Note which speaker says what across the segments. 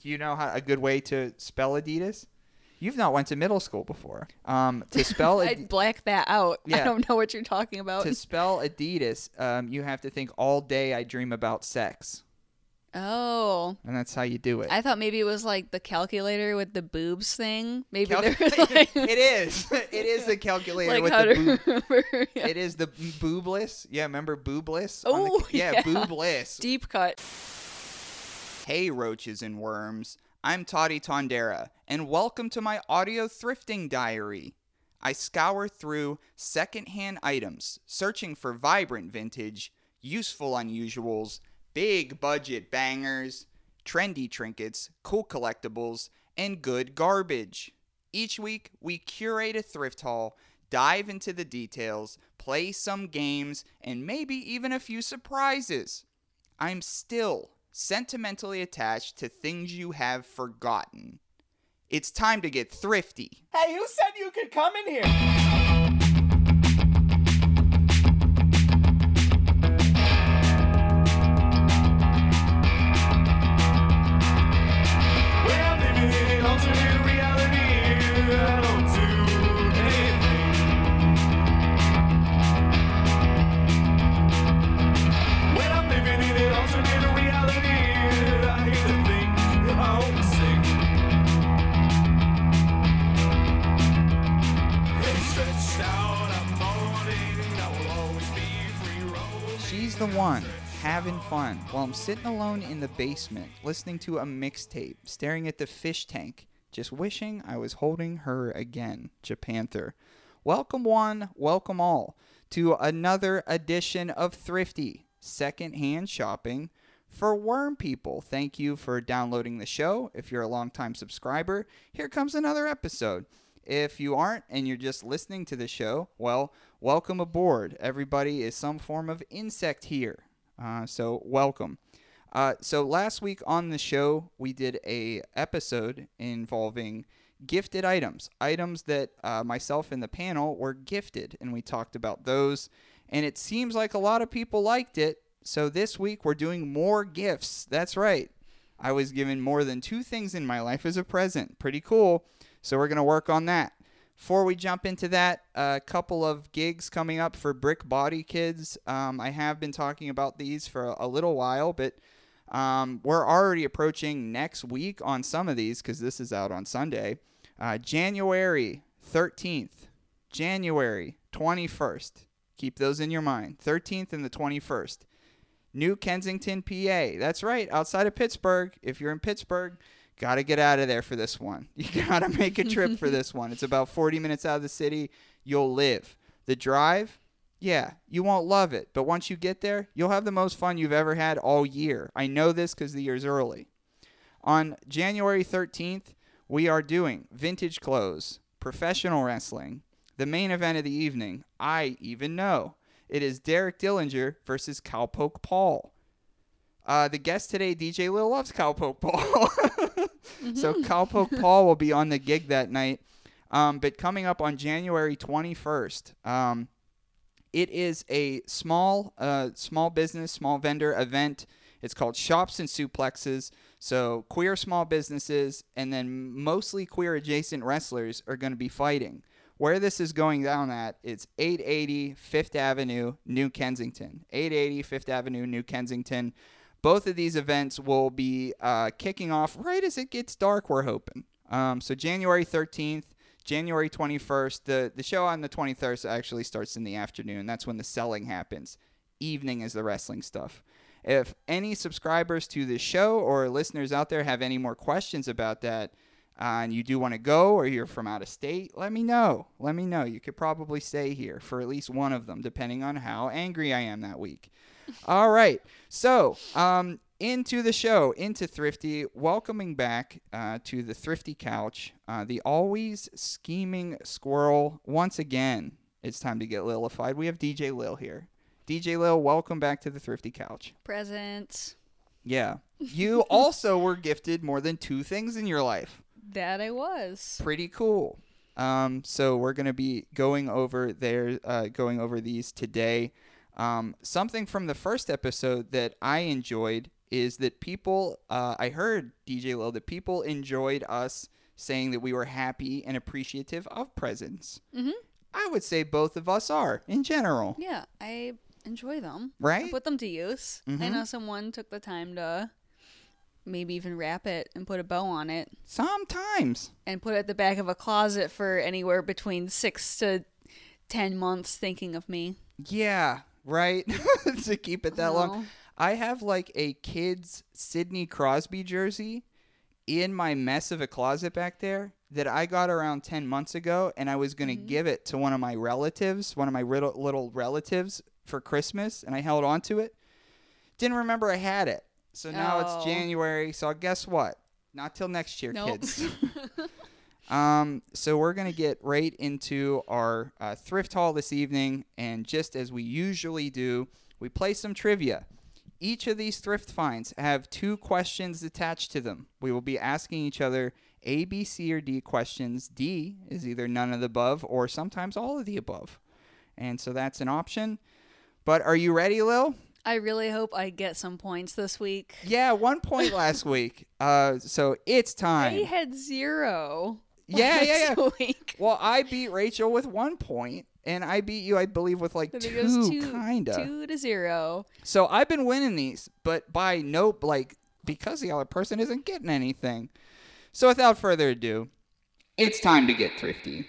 Speaker 1: Do you know how a good way to spell Adidas? You've not went to middle school before. Um, to spell
Speaker 2: I
Speaker 1: Ad-
Speaker 2: black that out.
Speaker 1: Yeah.
Speaker 2: I don't know what you're talking about.
Speaker 1: to spell Adidas, um, you have to think all day I dream about sex,
Speaker 2: Oh,
Speaker 1: and that's how you do it.
Speaker 2: I thought maybe it was like the calculator with the boobs thing. Maybe
Speaker 1: Calc-
Speaker 2: there was like,
Speaker 1: it is. It is the calculator
Speaker 2: like
Speaker 1: with
Speaker 2: how
Speaker 1: the
Speaker 2: to
Speaker 1: boob.
Speaker 2: remember. yeah.
Speaker 1: It is the boobless. Yeah, remember boobless? on the
Speaker 2: Oh,
Speaker 1: ca- yeah,
Speaker 2: yeah.
Speaker 1: boobless.
Speaker 2: Deep cut.
Speaker 1: Hey, roaches and worms. I'm Toddy Tondera, and welcome to my audio thrifting diary. I scour through secondhand items, searching for vibrant vintage, useful unusuals, big budget bangers, trendy trinkets, cool collectibles, and good garbage. Each week, we curate a thrift haul, dive into the details, play some games, and maybe even a few surprises. I'm still sentimentally attached to things you have forgotten. It's time to get thrifty.
Speaker 3: Hey, who said you could come in here? We're living in alternate reality. I don't do anything. When I'm living in an alternate reality, I hate to think I'm sick. Stretched out, I'm moaning. I will always be free roaming.
Speaker 1: She's the one having fun while I'm sitting alone in the basement listening to a mixtape, staring at the fish tank, just wishing I was holding her again. Japanther. Welcome one, welcome all to another edition of Thrifty, secondhand shopping for worm people. Thank you for downloading the show. If you're a longtime subscriber, here comes another episode. If you aren't and you're just listening to the show, well, welcome aboard. Everybody is some form of insect here. Uh, so welcome. Uh, so last week on the show, we did a episode involving gifted items, items that uh, myself and the panel were gifted, and we talked about those. And it seems like a lot of people liked it. So this week we're doing more gifts. That's right. I was given more than two things in my life as a present. Pretty cool. So we're going to work on that. Before we jump into that, a couple of gigs coming up for Brick Body Kids. Um, I have been talking about these for a- a little while, but um, we're already approaching next week on some of these because this is out on Sunday. Uh, January 13th, January 21st. Keep those in your mind. 13th and the 21st. New Kensington, PA. That's right, outside of Pittsburgh. If you're in Pittsburgh, got to get out of there for this one. You got to make a trip for this one. It's about 40 minutes out of the city. You'll live. The drive, yeah, you won't love it, but once you get there, you'll have the most fun you've ever had all year. I know this because the year's early. On January 13th, we are doing vintage clothes, professional wrestling, the main event of the evening. I even know. It is Derek Dillinger versus Cowpoke Paul. Uh, the guest today, DJ Lil, loves Cowpoke Paul. So Cowpoke Paul will be on the gig that night. Um, but coming up on January 21st, um, it is a small uh, small business small vendor event it's called shops and suplexes so queer small businesses and then mostly queer adjacent wrestlers are going to be fighting where this is going down at it's 880 fifth avenue new kensington 880 fifth avenue new kensington both of these events will be uh, kicking off right as it gets dark we're hoping um, so january 13th January 21st. The the show on the 23rd actually starts in the afternoon. That's when the selling happens. Evening is the wrestling stuff. If any subscribers to this show or listeners out there have any more questions about that, uh, and you do want to go or you're from out of state, let me know. Let me know. You could probably stay here for at least one of them, depending on how angry I am that week. All right. So, um, into the show, into Thrifty, welcoming back uh, to the Thrifty Couch, uh, the always scheming squirrel. Once again, it's time to get lilified. We have DJ Lil here. DJ Lil, welcome back to the Thrifty Couch.
Speaker 2: Presents.
Speaker 1: Yeah. You also were gifted more than two things in your life.
Speaker 2: That I was.
Speaker 1: Pretty cool. Um, so we're gonna be going over there, uh, going over these today. Um, something from the first episode that I enjoyed is that people, uh, I heard DJ Lil, that people enjoyed us saying that we were happy and appreciative of presents.
Speaker 2: Mhm.
Speaker 1: I would say both of us are in general.
Speaker 2: Yeah, I enjoy them. I
Speaker 1: Right?
Speaker 2: put them to use. I
Speaker 1: Mhm.
Speaker 2: know someone took the time to maybe even wrap it and put a bow on it
Speaker 1: Sometimes.
Speaker 2: and put it at the back of a closet for anywhere between six to ten months thinking of me.
Speaker 1: Yeah, right. to keep it that
Speaker 2: Aw.
Speaker 1: long. I have like a kid's Sidney Crosby jersey in my mess of a closet back there that I got around 10 months ago and I was going to give it to one of my relatives, one of my riddle- little relatives for Christmas and I held on to it. Didn't remember I had it. So now
Speaker 2: Oh.
Speaker 1: it's January, so guess what? Not till next year,
Speaker 2: Nope.
Speaker 1: kids. Um, so we're gonna get right into our uh, thrift haul this evening, and just as we usually do, we play some trivia. Each of these thrift finds have two questions attached to them. We will be asking each other A, B, C, or D questions. D is either none of the above or sometimes all of the above, and so that's an option. But are you ready, Lil?
Speaker 2: I really hope I get some points this week.
Speaker 1: Yeah, one point last week. Uh, so it's
Speaker 2: I
Speaker 1: time.
Speaker 2: had zero.
Speaker 1: Yeah, yeah, yeah.
Speaker 2: last Week.
Speaker 1: Well, I beat Rachel with one point, and I beat you, I believe, with like
Speaker 2: I
Speaker 1: two,
Speaker 2: think it was two,
Speaker 1: kinda.
Speaker 2: two to zero.
Speaker 1: So I've been winning these, but by nope, like because the other person isn't getting anything. So without further ado, it's time to get thrifty.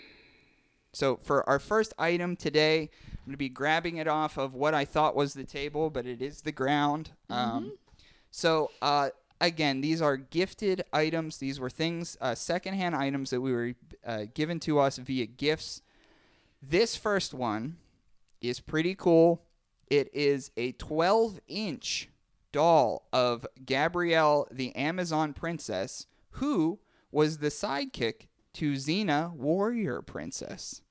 Speaker 1: So for our first item today, I'm going to be grabbing it off of what I thought was the table, but it is the ground. Um, so uh, again, these are gifted items. These were things, uh, secondhand items that we were uh, given to us via gifts. This first one is pretty cool. It is a 12 inch doll of Gabrielle, the Amazon princess, who was the sidekick to Xena, warrior princess.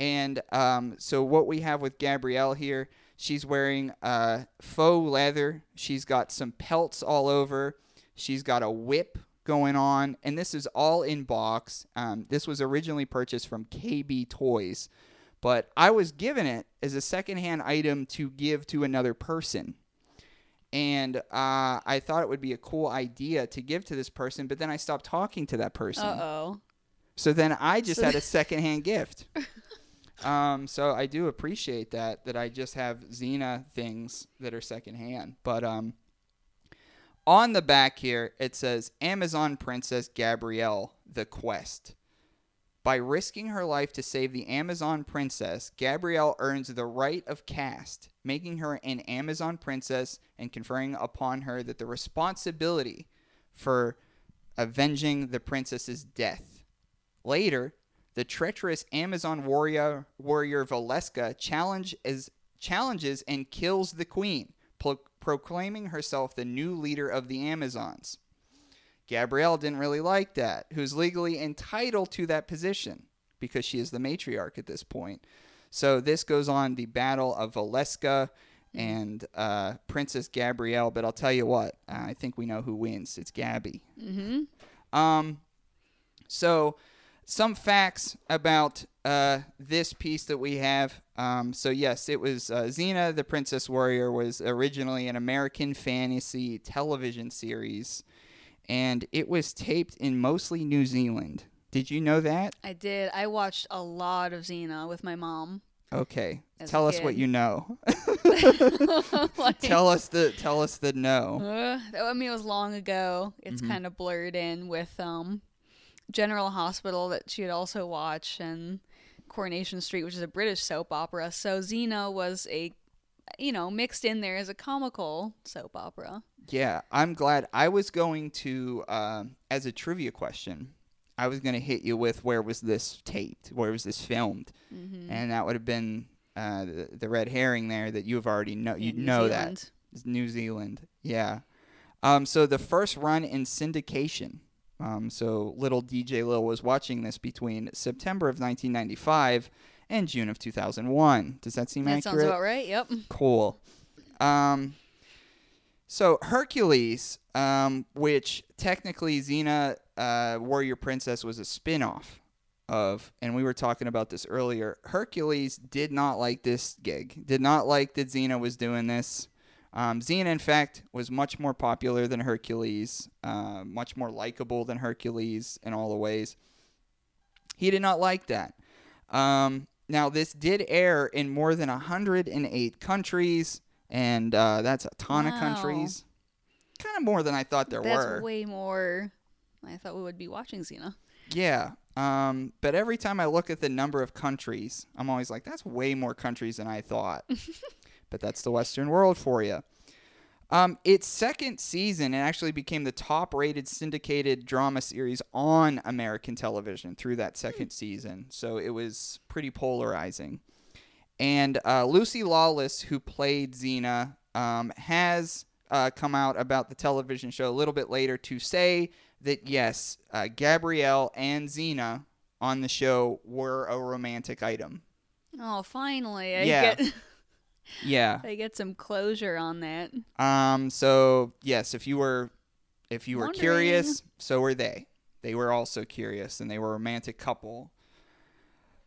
Speaker 1: And um, so, what we have with Gabrielle here, she's wearing uh, faux leather. She's got some pelts all over. She's got a whip going on. And this is all in box. Um, this was originally purchased from KB Toys but I was given it as a secondhand item to give to another person. And uh, I thought it would be a cool idea to give to this person, but then I stopped talking to that person.
Speaker 2: Uh oh.
Speaker 1: So then I just
Speaker 2: So
Speaker 1: had a secondhand gift. Um, so I do appreciate that that I just have Xena things that are secondhand. But um, on the back here it says Amazon Princess Gabrielle: The Quest. By risking her life to save the Amazon princess, Gabrielle earns the right of caste, making her an Amazon princess and conferring upon her that the responsibility for avenging the princess's death. Later, the treacherous Amazon warrior warrior Valeska challenge is, challenges and kills the queen, pro- proclaiming herself the new leader of the Amazons. Gabrielle didn't really like that, who's legally entitled to that position because she is the matriarch at this point. So this goes on the battle of Valeska and uh, Princess Gabrielle. But I'll tell you what, I think we know who wins. It's Gabby.
Speaker 2: Mm-hmm.
Speaker 1: Um, so some facts about uh, this piece that we have. Um, so yes, it was uh, Xena, the Princess Warrior, was originally an American fantasy television series, and it was taped in mostly New Zealand. Did you know that?
Speaker 2: I did. I watched a lot of Xena with my mom.
Speaker 1: Okay,
Speaker 2: As a
Speaker 1: tell us what
Speaker 2: kid.
Speaker 1: you know.
Speaker 2: Like,
Speaker 1: tell us the tell us the no.
Speaker 2: uh, I mean, it was long ago. It's
Speaker 1: Mm-hmm.
Speaker 2: kind of blurred in with um, General Hospital that she would also watch and Coronation Street, which is a British soap opera. So Xena was a, you know, mixed in there as a comical soap opera.
Speaker 1: Yeah, I'm glad. I was going to um as a trivia question. I was going to hit you with where was this taped? Where was this filmed?
Speaker 2: Mm-hmm.
Speaker 1: and that would have been uh, the, the red herring there that you've already know you know that It's New Zealand, yeah. Um, so the first run in syndication. Um, so little DJ Lil was watching this between September of 1995 and June of 2001. Does that seem
Speaker 2: That
Speaker 1: accurate?
Speaker 2: sounds about right. Yep.
Speaker 1: Cool. Um, so Hercules, um, which technically Xena, uh, Warrior Princess was a spin-off of, and we were talking about this earlier. Hercules did not like this gig. Did not like that Xena was doing this. Um, Xena, in fact, was much more popular than Hercules, uh, much more likable than Hercules in all the ways. He did not like that. Um, now, this did air in more than 108 countries, and uh, that's a ton of
Speaker 2: Wow.
Speaker 1: countries. Kind of more than I thought there
Speaker 2: That's
Speaker 1: were.
Speaker 2: way more. than I thought we would be watching Xena.
Speaker 1: yeah. Um, but every time I look at the number of countries, I'm always like, that's way more countries than I thought. but that's the Western world for you. Um, its second season, it actually became the top rated syndicated drama series on American television through that second season. So it was pretty polarizing. And uh, Lucy Lawless, who played Xena, um, has uh, come out about the television show a little bit later to say that yes, uh, Gabrielle and Xena on the show were a romantic item.
Speaker 2: Oh, finally, I
Speaker 1: Yeah.
Speaker 2: get
Speaker 1: Yeah.
Speaker 2: I get some closure on that.
Speaker 1: Um. So yes, if you were, if you were
Speaker 2: Wondering.
Speaker 1: curious, so were they. They were also curious, and they were a romantic couple.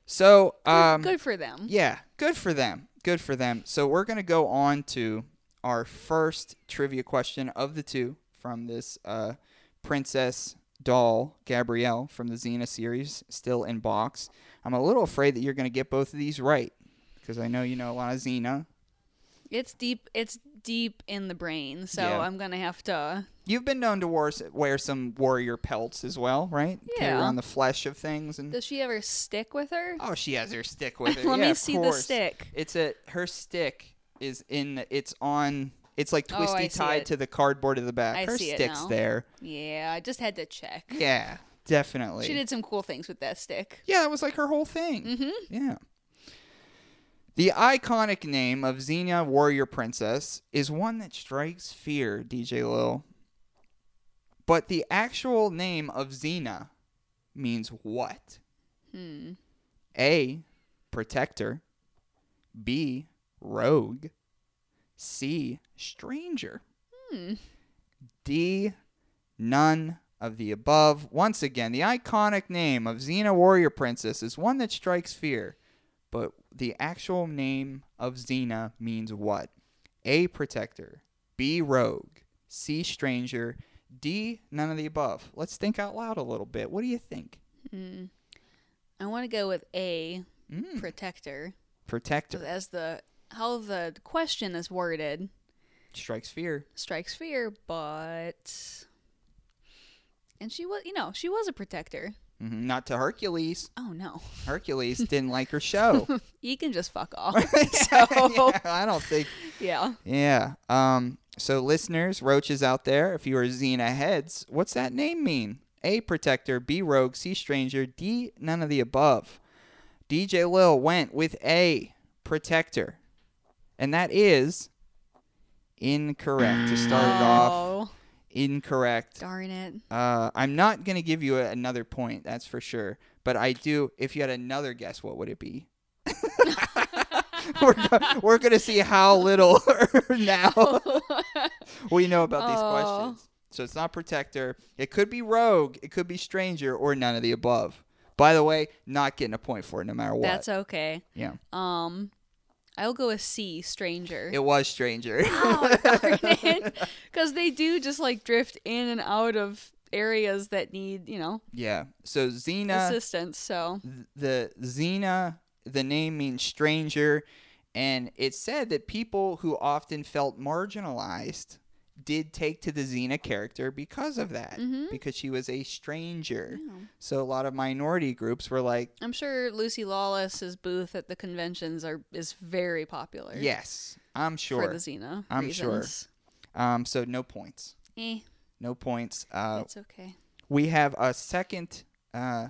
Speaker 1: So um,
Speaker 2: Good for them.
Speaker 1: yeah, good for them. Good for them. So we're gonna go on to our first trivia question of the two from this uh, princess doll Gabrielle from the Xena series, still in box. I'm a little afraid that you're gonna get both of these right because I know you know a lot of Xena.
Speaker 2: It's deep. It's deep in the brain, so
Speaker 1: Yeah.
Speaker 2: I'm gonna have to.
Speaker 1: You've been known to wear, wear some warrior pelts as well, right? Carry
Speaker 2: Yeah.
Speaker 1: around the flesh of things and
Speaker 2: Does she ever stick with her?
Speaker 1: oh, she has her stick with her.
Speaker 2: Let
Speaker 1: Yeah,
Speaker 2: me
Speaker 1: of
Speaker 2: see
Speaker 1: course.
Speaker 2: the stick.
Speaker 1: It's a her stick is in. the- It's on. It's like
Speaker 2: Oh, I
Speaker 1: twisty
Speaker 2: see
Speaker 1: tied
Speaker 2: it.
Speaker 1: to the cardboard of the back.
Speaker 2: I
Speaker 1: her
Speaker 2: see it
Speaker 1: stick's
Speaker 2: now.
Speaker 1: there.
Speaker 2: Yeah, I just had to check.
Speaker 1: Yeah, definitely.
Speaker 2: She did some cool things with that stick.
Speaker 1: Yeah, that was like her whole thing. Mm-hmm. Yeah. The iconic name of Xena Warrior Princess is one that strikes fear, DJ Lil. But the actual name of Xena means what?
Speaker 2: Hmm.
Speaker 1: A. Protector. B. Rogue. C. Stranger.
Speaker 2: Hmm.
Speaker 1: D. None of the above. Once again, the iconic name of Xena Warrior Princess is one that strikes fear, but the actual name of Xena means what? A. Protector. B. Rogue. C. Stranger. D. None of the above. Let's think out loud a little bit. What do you think?
Speaker 2: Hmm. I want to go with a
Speaker 1: Mm,
Speaker 2: protector 'cause
Speaker 1: protector
Speaker 2: as the how the question is worded
Speaker 1: strikes fear.
Speaker 2: strikes fear, but and she was you know she was a protector.
Speaker 1: Mhm, Not to Hercules.
Speaker 2: Oh no,
Speaker 1: Hercules didn't like her show.
Speaker 2: you can just fuck off.
Speaker 1: Yeah,
Speaker 2: so
Speaker 1: I don't think.
Speaker 2: yeah,
Speaker 1: Yeah. Um. So listeners, roaches out there, if you are Xena heads, what's that name mean? A protector, B rogue, C stranger, D none of the above. DJ Lil went with A protector, and that is incorrect. To start it off,
Speaker 2: Oh,
Speaker 1: incorrect.
Speaker 2: darn it.
Speaker 1: Uh, I'm not gonna give you a, another point, that's for sure. But I do. If you had another guess, what would it be? we're, go- we're gonna see how little now we know about these
Speaker 2: Oh.
Speaker 1: questions. So it's not protector. It could be rogue. It could be stranger, or none of the above. By the way, not getting a point for it, no matter what.
Speaker 2: That's okay.
Speaker 1: yeah,
Speaker 2: Um, I'll go with C, stranger.
Speaker 1: it was stranger.
Speaker 2: Oh, Because they do just like drift in and out of areas that need, you know,
Speaker 1: yeah. So Xena.
Speaker 2: assistance. So
Speaker 1: the Xena, the name means stranger, and it said that people who often felt marginalized did take to the Xena character because of that,
Speaker 2: Mhm.
Speaker 1: because she was a stranger.
Speaker 2: Yeah.
Speaker 1: So a lot of minority groups were like,
Speaker 2: I'm sure Lucy Lawless's booth at the conventions are is very popular.
Speaker 1: yes, I'm
Speaker 2: For
Speaker 1: sure.
Speaker 2: the Xena.
Speaker 1: I'm sure.
Speaker 2: reasons.
Speaker 1: Um, so no points.
Speaker 2: Eh,
Speaker 1: No points. Uh,
Speaker 2: it's okay.
Speaker 1: we have a second uh,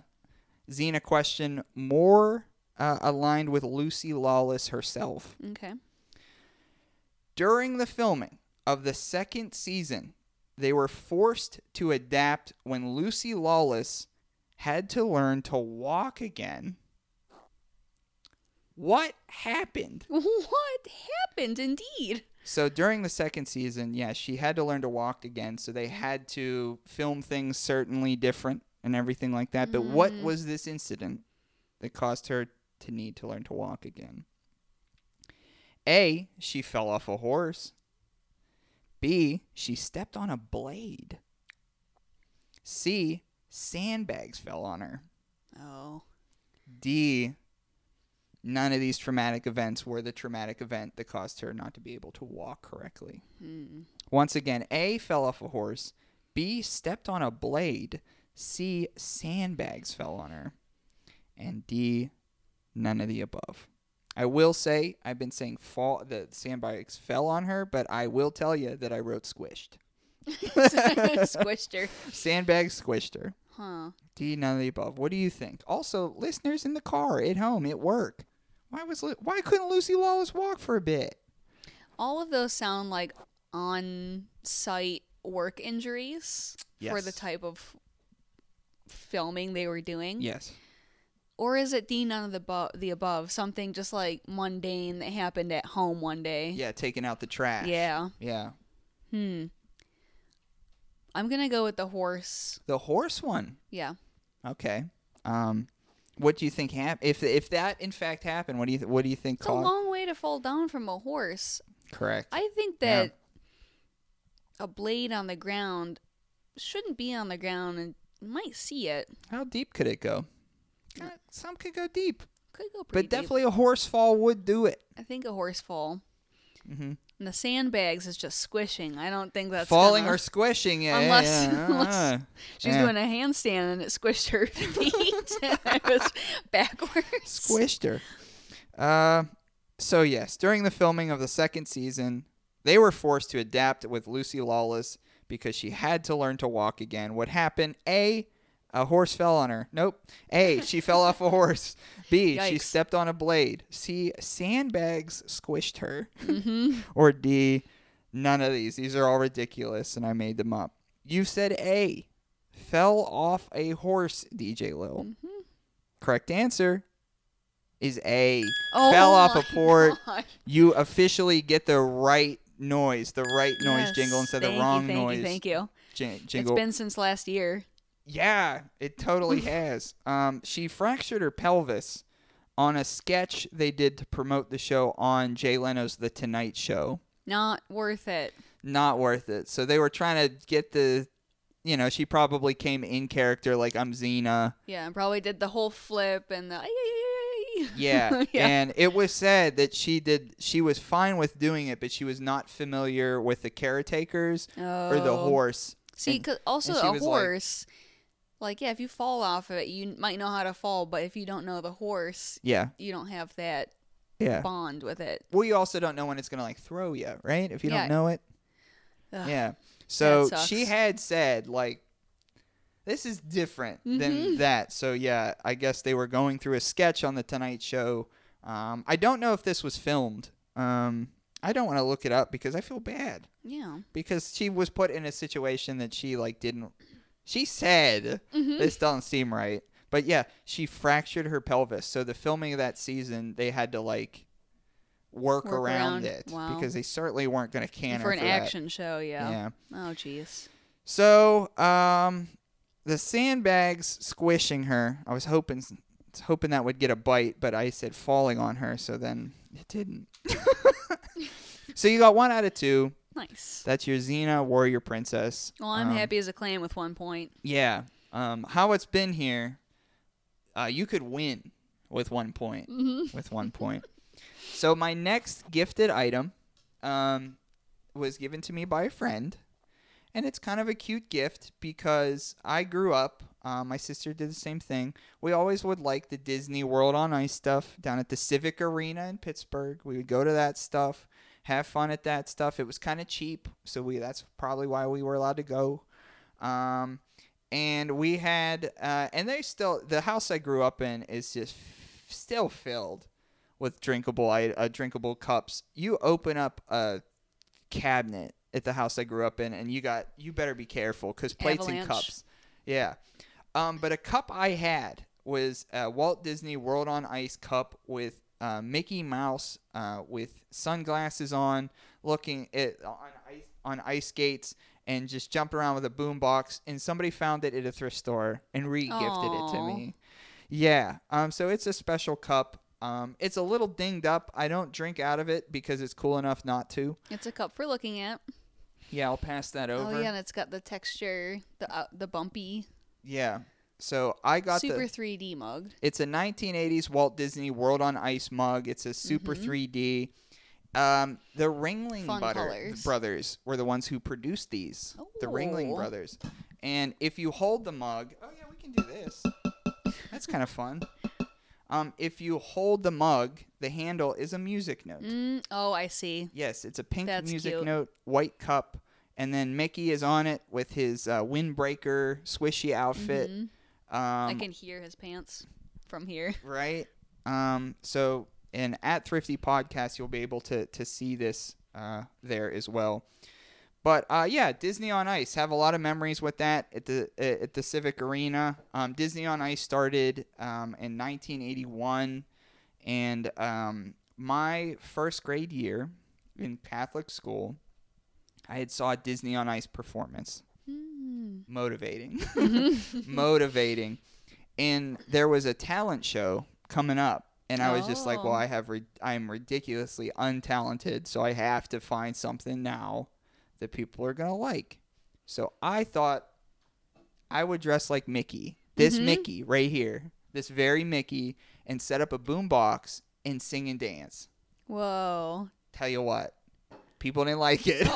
Speaker 1: Xena question more uh, aligned with Lucy Lawless herself.
Speaker 2: Okay.
Speaker 1: During the filming of the second season, they were forced to adapt when Lucy Lawless had to learn to walk again. What happened?
Speaker 2: What happened indeed?
Speaker 1: So during the second season, yeah, she had to learn to walk again. So they had to film things certainly different and everything like that. But what was this incident that caused her to need to learn to walk again? A, she fell off a horse. B. She stepped on a blade. C. Sandbags fell on her.
Speaker 2: Oh.
Speaker 1: D. None of these traumatic events were the traumatic event that caused her not to be able to walk correctly. Once again, A fell off a horse, B stepped on a blade, C sandbags fell on her, and D none of the above. I will say I've been saying fall the sandbags fell on her, but I will tell you that I wrote squished.
Speaker 2: Squished her.
Speaker 1: Sandbags squished her.
Speaker 2: Huh.
Speaker 1: D, none of the above. What do you think? Also, listeners in the car, at home, at work, why was Lu- why couldn't Lucy Lawless walk for a bit?
Speaker 2: All of those sound like on site work injuries for the
Speaker 1: Yes.
Speaker 2: type of filming they were doing.
Speaker 1: Yes.
Speaker 2: Or is it D none of the, bo- the above? Something just like mundane that happened at home one day.
Speaker 1: Yeah, taking out the trash.
Speaker 2: Yeah.
Speaker 1: Yeah.
Speaker 2: Hmm. I'm gonna go with the horse.
Speaker 1: The horse one.
Speaker 2: Yeah.
Speaker 1: Okay. Um, what do you think happened? If if that in fact happened, what do you th- what do you think
Speaker 2: It's a
Speaker 1: caused?
Speaker 2: long way to fall down from a horse.
Speaker 1: Correct.
Speaker 2: I think
Speaker 1: Yeah.
Speaker 2: that a blade on the ground shouldn't be on the ground and you might see it.
Speaker 1: How deep could it go? Uh, some could go deep,
Speaker 2: Could go
Speaker 1: but
Speaker 2: pretty deep.
Speaker 1: definitely a horse fall would do it.
Speaker 2: I think a horse fall.
Speaker 1: Mhm.
Speaker 2: And the sandbags is just squishing. I don't think that's
Speaker 1: Falling
Speaker 2: gonna-
Speaker 1: or squishing. Yeah, yeah,
Speaker 2: Unless-
Speaker 1: uh-huh. yeah,
Speaker 2: unless
Speaker 1: yeah.
Speaker 2: she's
Speaker 1: Yeah.
Speaker 2: doing a handstand and it squished her feet. and I was backwards.
Speaker 1: squished her. Uh, so yes, during the filming of the second season, they were forced to adapt with Lucy Lawless because she had to learn to walk again. What happened? A, a horse fell on her. Nope. A, she fell off a horse. B, she
Speaker 2: Yikes.
Speaker 1: stepped on a blade. C, sandbags squished her. or D, none of these. These are all ridiculous, and I made them up. You said A, fell off a horse, DJ Lil.
Speaker 2: Mm-hmm.
Speaker 1: Correct answer is A.
Speaker 2: Oh
Speaker 1: Fell off
Speaker 2: my
Speaker 1: a port.
Speaker 2: God.
Speaker 1: You officially get the right noise, the right noise jingle
Speaker 2: Yes.
Speaker 1: instead of
Speaker 2: Thank
Speaker 1: the
Speaker 2: you,
Speaker 1: wrong
Speaker 2: thank
Speaker 1: noise
Speaker 2: You, thank you.
Speaker 1: jin- jingle.
Speaker 2: It's been since last year.
Speaker 1: yeah, it totally has. Um, she fractured her pelvis on a sketch they did to promote the show on Jay Leno's The Tonight Show.
Speaker 2: Not worth it.
Speaker 1: Not worth it. So they were trying to get the, you know, she probably came in character like I'm Xena.
Speaker 2: Yeah, and probably did the whole flip and the.
Speaker 1: Yeah.
Speaker 2: Yeah.
Speaker 1: And it was said that she did she was fine with doing it, but she was not familiar with the caretakers or the
Speaker 2: Oh.
Speaker 1: horse.
Speaker 2: See,
Speaker 1: And-
Speaker 2: 'cause also
Speaker 1: and she
Speaker 2: a
Speaker 1: was like-
Speaker 2: horse. Like, yeah, if you fall off it, you might know how to fall, but if you don't know the horse,
Speaker 1: yeah.
Speaker 2: you don't have that
Speaker 1: Yeah.
Speaker 2: bond with it.
Speaker 1: Well, you also don't know when it's going to like throw you, right? If you
Speaker 2: Yeah.
Speaker 1: don't know it.
Speaker 2: Ugh.
Speaker 1: Yeah. So
Speaker 2: sucks.
Speaker 1: she had said like this is different
Speaker 2: Mm-hmm.
Speaker 1: than that. So yeah, I guess they were going through a sketch on the Tonight Show. Um, I don't know if this was filmed. Um, I don't want to look it up because I feel bad.
Speaker 2: Yeah.
Speaker 1: because she was put in a situation that she like didn't she said
Speaker 2: Mm-hmm.
Speaker 1: this doesn't seem right but yeah she fractured her pelvis so the filming of that season they had to like work,
Speaker 2: Work
Speaker 1: around,
Speaker 2: around.
Speaker 1: it
Speaker 2: Wow.
Speaker 1: because they certainly weren't going to can her
Speaker 2: for an
Speaker 1: that.
Speaker 2: action show, yeah.
Speaker 1: Yeah.
Speaker 2: Oh, jeez.
Speaker 1: so um the sandbags squishing her i was hoping hoping that would get a bite but i said falling on her so then it didn't so you got one out of two
Speaker 2: Nice.
Speaker 1: that's your Xena Warrior Princess.
Speaker 2: Well, I'm
Speaker 1: Um,
Speaker 2: happy as a clam with one point.
Speaker 1: Yeah. Um, how it's been here, uh, you could win with one point.
Speaker 2: Mm-hmm.
Speaker 1: With one point. So my next gifted item um, was given to me by a friend, and it's kind of a cute gift because I grew up. Uh, my sister did the same thing. We always would like the Disney World on Ice stuff down at the Civic Arena in Pittsburgh. We would go to that stuff, have fun at that stuff. It was kind of cheap, so we that's probably why we were allowed to go. Um, and we had, uh, and they still, the house I grew up in is just f- still filled with drinkable, i- uh, drinkable cups. You open up a cabinet at the house I grew up in, and you got, you better be careful because plates
Speaker 2: Avalanche.
Speaker 1: and cups. Yeah. Um, but a cup I had was a Walt Disney World on Ice cup with uh, Mickey Mouse uh, with sunglasses on, looking at on ice on ice skates and just jumped around with a boombox. And somebody found it at a thrift store and re-gifted it to
Speaker 2: Aw.
Speaker 1: me. Yeah. Um. So it's a special cup. Um. It's a little dinged up. I don't drink out of it because it's cool enough not to.
Speaker 2: It's a cup for looking at.
Speaker 1: Yeah, I'll pass that over.
Speaker 2: Oh yeah,
Speaker 1: yeah.
Speaker 2: and it's got the texture, the uh, the bumpy,
Speaker 1: So I got
Speaker 2: super
Speaker 1: the
Speaker 2: 3D mug.
Speaker 1: It's a 1980s Walt Disney World on Ice mug. It's a super 3D. Um, the Ringling
Speaker 2: Mm-hmm. Fun
Speaker 1: butter-
Speaker 2: colors.
Speaker 1: brothers were the ones who produced these. The Ringling
Speaker 2: Oh.
Speaker 1: brothers. And if you hold the mug, oh yeah, we can do this. That's kind of fun. Um, if you hold the mug, the handle is a music note.
Speaker 2: Mm, oh, I see.
Speaker 1: Yes, it's a pink
Speaker 2: That's
Speaker 1: music
Speaker 2: cute.
Speaker 1: note, white cup, and then Mickey is on it with his uh, windbreaker swishy outfit.
Speaker 2: Mhm.
Speaker 1: Um,
Speaker 2: I can hear his pants from here.
Speaker 1: right? Um, so, and at Thrifty Podcast, you'll be able to to see this uh, there as well. But uh, yeah, Disney on Ice have a lot of memories with that at the uh, at the Civic Arena. Um, Disney on Ice started um, in 1981, and um, my first grade year in Catholic school, I had saw a Disney on Ice performance
Speaker 2: Mm.
Speaker 1: motivating
Speaker 2: Mm-hmm.
Speaker 1: motivating and there was a talent show coming up and i was just like well
Speaker 2: Oh.
Speaker 1: i have ri- i'm ridiculously untalented so i have to find something now that people are going to like so i thought i would dress like mickey this
Speaker 2: Mhm.
Speaker 1: mickey right here this very mickey and set up a boombox and sing and dance
Speaker 2: Whoa.
Speaker 1: tell you what people didn't like it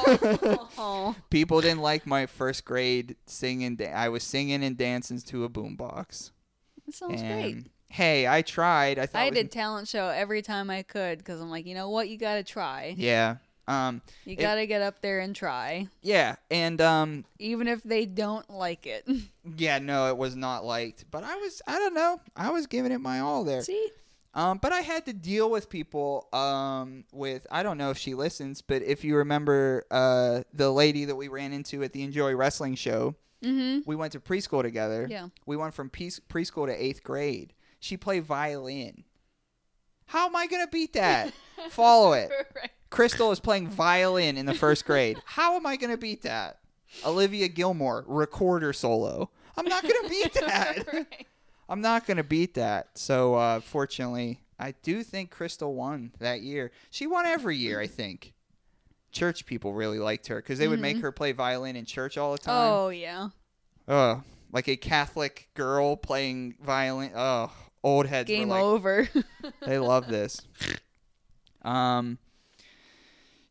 Speaker 2: Oh.
Speaker 1: people didn't like my first grade singing. Da- I was singing and dancing to a boombox.
Speaker 2: That sounds great.
Speaker 1: And, Hey, I tried. I thought it
Speaker 2: I
Speaker 1: was-
Speaker 2: did talent show every time I could because I'm like, you know what? You got to try.
Speaker 1: Yeah. Um.
Speaker 2: You got to get up there and try.
Speaker 1: Yeah. And um.
Speaker 2: Even if they don't like it.
Speaker 1: Yeah. No, it was not liked. But I was. I don't know. I was giving it my all there.
Speaker 2: See?
Speaker 1: Um. But I had to deal with people. Um. With I don't know if she listens, but if you remember, uh, the lady that we ran into at the Enjoy Wrestling show.
Speaker 2: Mm-hmm.
Speaker 1: We went to preschool together.
Speaker 2: Yeah.
Speaker 1: We went from pre- preschool to eighth grade. She played violin. How am I going to beat that? Follow it.
Speaker 2: right.
Speaker 1: Crystal is playing violin in the first grade. How am I going to beat that? Olivia Gilmore, recorder solo. I'm not going to beat that.
Speaker 2: Right.
Speaker 1: I'm not going to beat that. So, uh, fortunately, I do think Crystal won that year. She won every year, I think. Church people really liked her because they would make her play violin in church all the time.
Speaker 2: Oh, yeah.
Speaker 1: Oh, like a Catholic girl playing violin. Oh, old heads. were
Speaker 2: Game
Speaker 1: like,
Speaker 2: over.
Speaker 1: They love this. Um.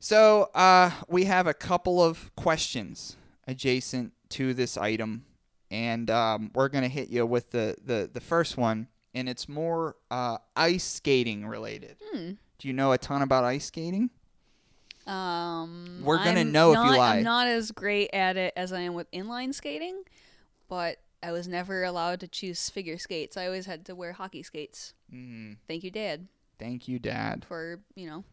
Speaker 1: So uh, we have a couple of questions adjacent to this item, and um, we're gonna hit you with the the the first one, and it's more uh, ice skating related.
Speaker 2: Hmm.
Speaker 1: Do you know a ton about ice skating?
Speaker 2: Um,
Speaker 1: We're gonna
Speaker 2: I'm
Speaker 1: know if you
Speaker 2: not-
Speaker 1: lie.
Speaker 2: I'm not as great at it as I am with inline skating, but I was never allowed to choose figure skates. I always had to wear hockey skates.
Speaker 1: Mm,
Speaker 2: Thank you, Dad,
Speaker 1: thank you, Dad.
Speaker 2: for you know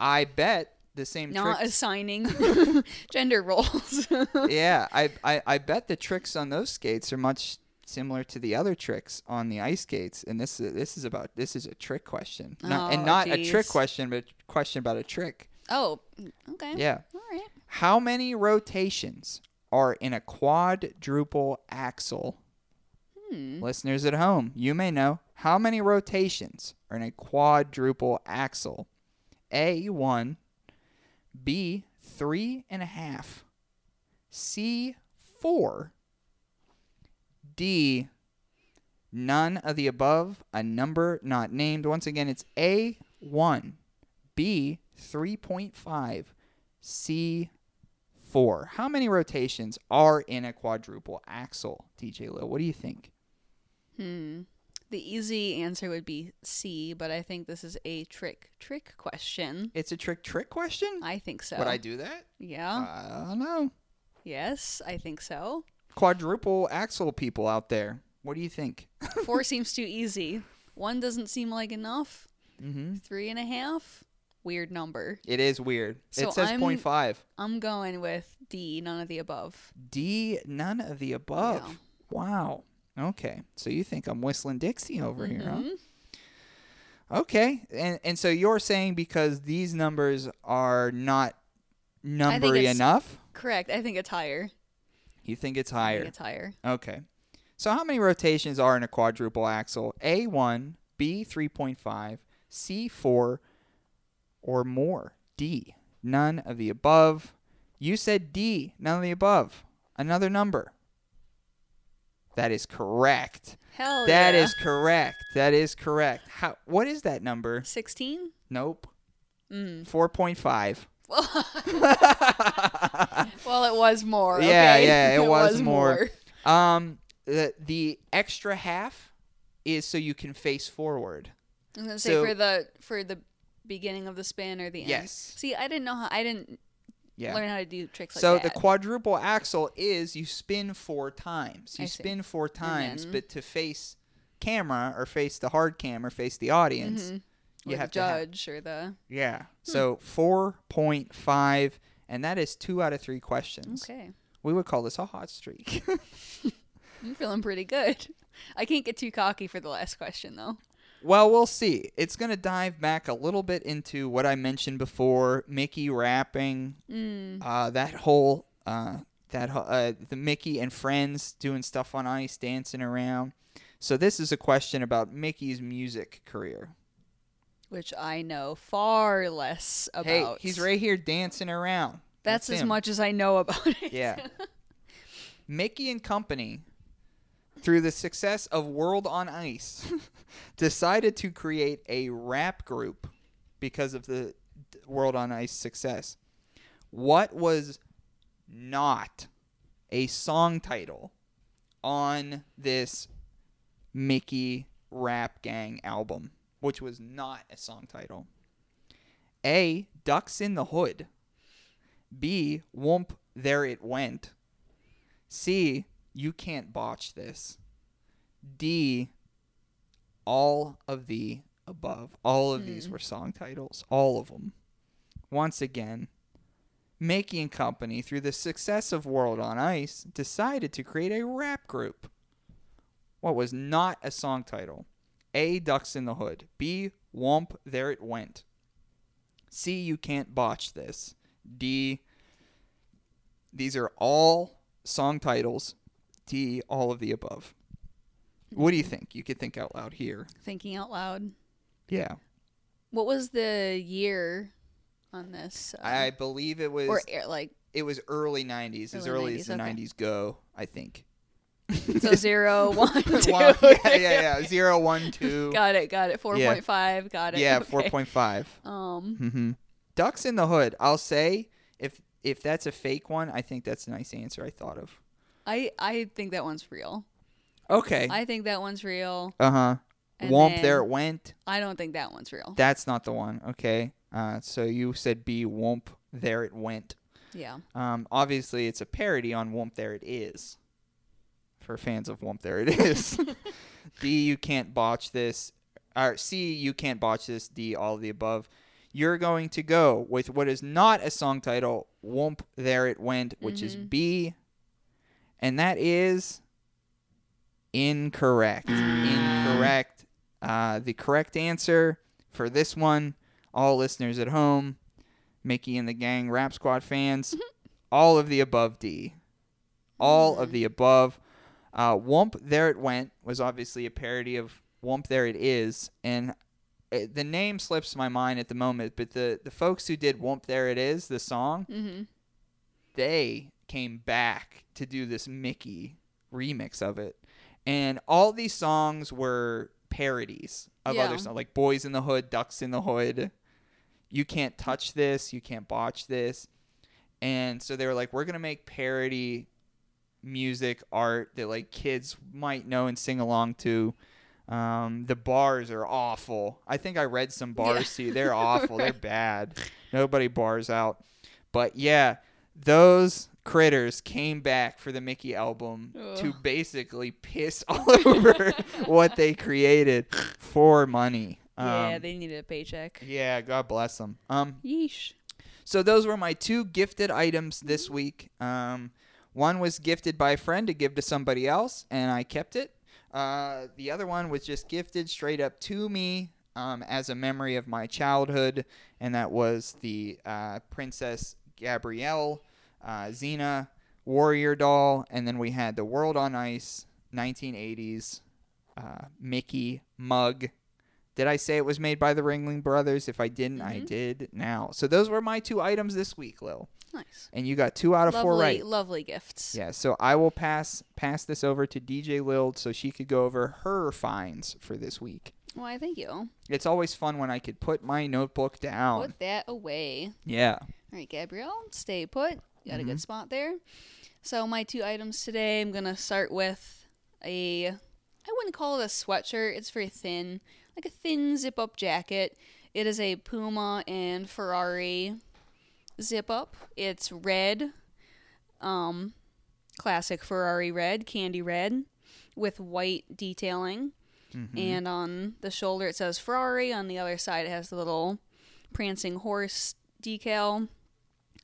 Speaker 1: I bet the same
Speaker 2: not
Speaker 1: trick.
Speaker 2: assigning gender roles.
Speaker 1: yeah, I, I I bet the tricks on those skates are much similar to the other tricks on the ice skates. And this is this is about this is a trick question, not, and
Speaker 2: Oh,
Speaker 1: not a trick
Speaker 2: geez.
Speaker 1: question, but a question about a trick.
Speaker 2: oh, okay.
Speaker 1: Yeah.
Speaker 2: All right.
Speaker 1: How many rotations are in a quadruple axle?
Speaker 2: Hmm.
Speaker 1: Listeners at home, you may know how many rotations are in a quadruple axle. A one, B three and a half, C four, D none of the above, a number not named. Once again, it's A one, B three point five, C four. How many rotations are in a quadruple axle? DJ Lil, what do you think?
Speaker 2: Hmm. The easy answer would be C, but I think this is a trick trick question.
Speaker 1: It's a trick trick question?
Speaker 2: I think so.
Speaker 1: Would I do uh, that?
Speaker 2: yeah.
Speaker 1: I don't know.
Speaker 2: yes, I think so.
Speaker 1: Quadruple axle people out there. What do you think?
Speaker 2: Four seems too easy. One doesn't seem like enough.
Speaker 1: Mm-hmm.
Speaker 2: Three and a half, weird number.
Speaker 1: It is weird.
Speaker 2: So
Speaker 1: it says
Speaker 2: I'm-
Speaker 1: 0.5.
Speaker 2: I'm going with D, none of the above.
Speaker 1: D, none of the above.
Speaker 2: Yeah.
Speaker 1: Wow. Okay. So you think I'm whistling Dixie over here, huh?
Speaker 2: Mhm.
Speaker 1: Okay. And and so you're saying because these numbers are not numbery
Speaker 2: it's-
Speaker 1: enough,
Speaker 2: Correct. I think it's higher.
Speaker 1: you think it's
Speaker 2: I
Speaker 1: higher.
Speaker 2: think it's higher.
Speaker 1: Okay. So how many rotations are in a quadruple axle? A1, B3.5, C4 or more. D. None of the above. You said D, none of the above. Another number. That is correct.
Speaker 2: Hell
Speaker 1: That
Speaker 2: yeah.
Speaker 1: is correct. That is correct. How what is that number?
Speaker 2: 16?
Speaker 1: Nope.
Speaker 2: Mm.
Speaker 1: 4.5.
Speaker 2: Well, it was more.
Speaker 1: Yeah,
Speaker 2: okay?
Speaker 1: yeah, it, was, more. Um the the extra half is so you can face forward.
Speaker 2: I was gonna say
Speaker 1: So-
Speaker 2: for the for the beginning of the spin or the end.
Speaker 1: Yes.
Speaker 2: See, I didn't know how. I didn't
Speaker 1: Yeah.
Speaker 2: learn how to do tricks like
Speaker 1: so
Speaker 2: that.
Speaker 1: the quadruple axle is you spin four times. You
Speaker 2: I see.
Speaker 1: spin four times,
Speaker 2: then-
Speaker 1: but to face camera or face the hard cam or face the audience,
Speaker 2: Or
Speaker 1: you
Speaker 2: the
Speaker 1: have to have-
Speaker 2: Mm-hmm. judge Hmm. or the
Speaker 1: yeah. So four point five, and that is two out of three questions.
Speaker 2: okay.
Speaker 1: We would call this a hot streak.
Speaker 2: I'm feeling pretty good. I can't get too cocky for the last question though.
Speaker 1: Well, we'll see. It's going to dive back a little bit into what I mentioned before, Mickey rapping,
Speaker 2: Mm.
Speaker 1: uh, that whole uh, that ho- uh, the Mickey and friends doing stuff on ice, dancing around. So this is a question about Mickey's music career.
Speaker 2: Which I know far less about.
Speaker 1: Hey, he's right here dancing around.
Speaker 2: That's, as
Speaker 1: him.
Speaker 2: much as I know about it.
Speaker 1: Yeah. Mickey and Company, through the success of World on Ice, decided to create a rap group because of the d- World on Ice success. What was not a song title on this Mickey Rap Gang album, which was not a song title? A. Ducks in the Hood. B. Whoomp, there it went. C. You can't botch this. D. All of the above. All of these were song titles. All of them. Once again, Makey and Company, through the success of World on Ice, decided to create a rap group. What was not a song title? A. Ducks in the Hood. B. Womp, there it went. C. You can't botch this. D. These are all song titles. D. All of the above. What do you think? You could think out loud here.
Speaker 2: Thinking out loud.
Speaker 1: Yeah.
Speaker 2: What was the year on this? uh,
Speaker 1: I believe it was
Speaker 2: or er, like
Speaker 1: it was early 90s, as
Speaker 2: Early
Speaker 1: early as
Speaker 2: 90s,
Speaker 1: the
Speaker 2: okay.
Speaker 1: 90s go, I think.
Speaker 2: so zero one two.
Speaker 1: Wow, yeah, yeah, yeah. Zero, one, two.
Speaker 2: Got it. Got it. Four
Speaker 1: Yeah.
Speaker 2: point five. Got it.
Speaker 1: yeah,
Speaker 2: okay.
Speaker 1: 4.5.
Speaker 2: Um.
Speaker 1: Mm-hmm. Ducks in the Hood. I'll say if if that's a fake one, I think that's a nice answer I thought of.
Speaker 2: I I think that one's real.
Speaker 1: Okay.
Speaker 2: I think that one's real.
Speaker 1: Uh huh.
Speaker 2: And
Speaker 1: Womp,
Speaker 2: then-
Speaker 1: there it went.
Speaker 2: I don't think that one's real.
Speaker 1: That's not the one. Okay. Uh, so you said B womp. There it went.
Speaker 2: yeah.
Speaker 1: Um, obviously, it's a parody on womp. There it is. For fans of womp, there it is. D, you can't botch this. Or C, you can't botch this. D, all of the above. You're going to go with what is not a song title, womp. There it went, which is B, and that is incorrect. Incorrect. Uh, the correct answer for this one, all listeners at home, Mickey and the gang, Rap Squad fans, all of the above D. All of the above. Uh, Wump, there it went, was obviously a parody of Wump, there it is. And it, the name slips my mind at the moment, but the, the folks who did Wump, there it is, the song,
Speaker 2: Mm-hmm.
Speaker 1: they came back to do this Mickey remix of it. And all these songs were parodies of
Speaker 2: Yeah.
Speaker 1: other songs, like Boys in the Hood, Ducks in the Hood, You Can't Touch This, You Can't Botch This. And so they were like, we're going to make parody music, art that like kids might know and sing along to. Um, the bars are awful. I think I read some bars to you. They're awful. They're bad. Nobody bars out. But yeah, those critters came back for the Mickey album to basically piss all over what they created for money. Um,
Speaker 2: yeah, they needed a paycheck.
Speaker 1: yeah, God bless them. Um,
Speaker 2: Yeesh.
Speaker 1: so those were my two gifted items this week. Um, one was gifted by a friend to give to somebody else, and I kept it. Uh, the other one was just gifted straight up to me um, as a memory of my childhood, and that was the uh, Princess Gabrielle uh, Xena Warrior doll, and then we had the World on Ice 1980s uh, Mickey mug did I say it
Speaker 2: Mm-hmm.
Speaker 1: was made by the Ringling Brothers? If I didn't, I did now. So those were my two items this week, Lil.
Speaker 2: Nice.
Speaker 1: and you got two out of
Speaker 2: Lovely,
Speaker 1: four right.
Speaker 2: lovely gifts.
Speaker 1: Yeah, so I will pass pass this over to DJ Lild so she could go over her finds for this week.
Speaker 2: Why, thank you.
Speaker 1: It's always fun when I could put my notebook down.
Speaker 2: Put that away.
Speaker 1: Yeah.
Speaker 2: All right, Gabrielle, stay put. You got a
Speaker 1: Mm-hmm.
Speaker 2: good spot there. So my two items today, I'm gonna start with a I wouldn't call it a sweatshirt. It's very thin, like a thin zip-up jacket. It is a Puma and Ferrari zip-up. It's red, um, classic Ferrari red, candy red, with white detailing.
Speaker 1: Mm-hmm.
Speaker 2: And on the shoulder it says Ferrari. On the other side it has the little prancing horse decal.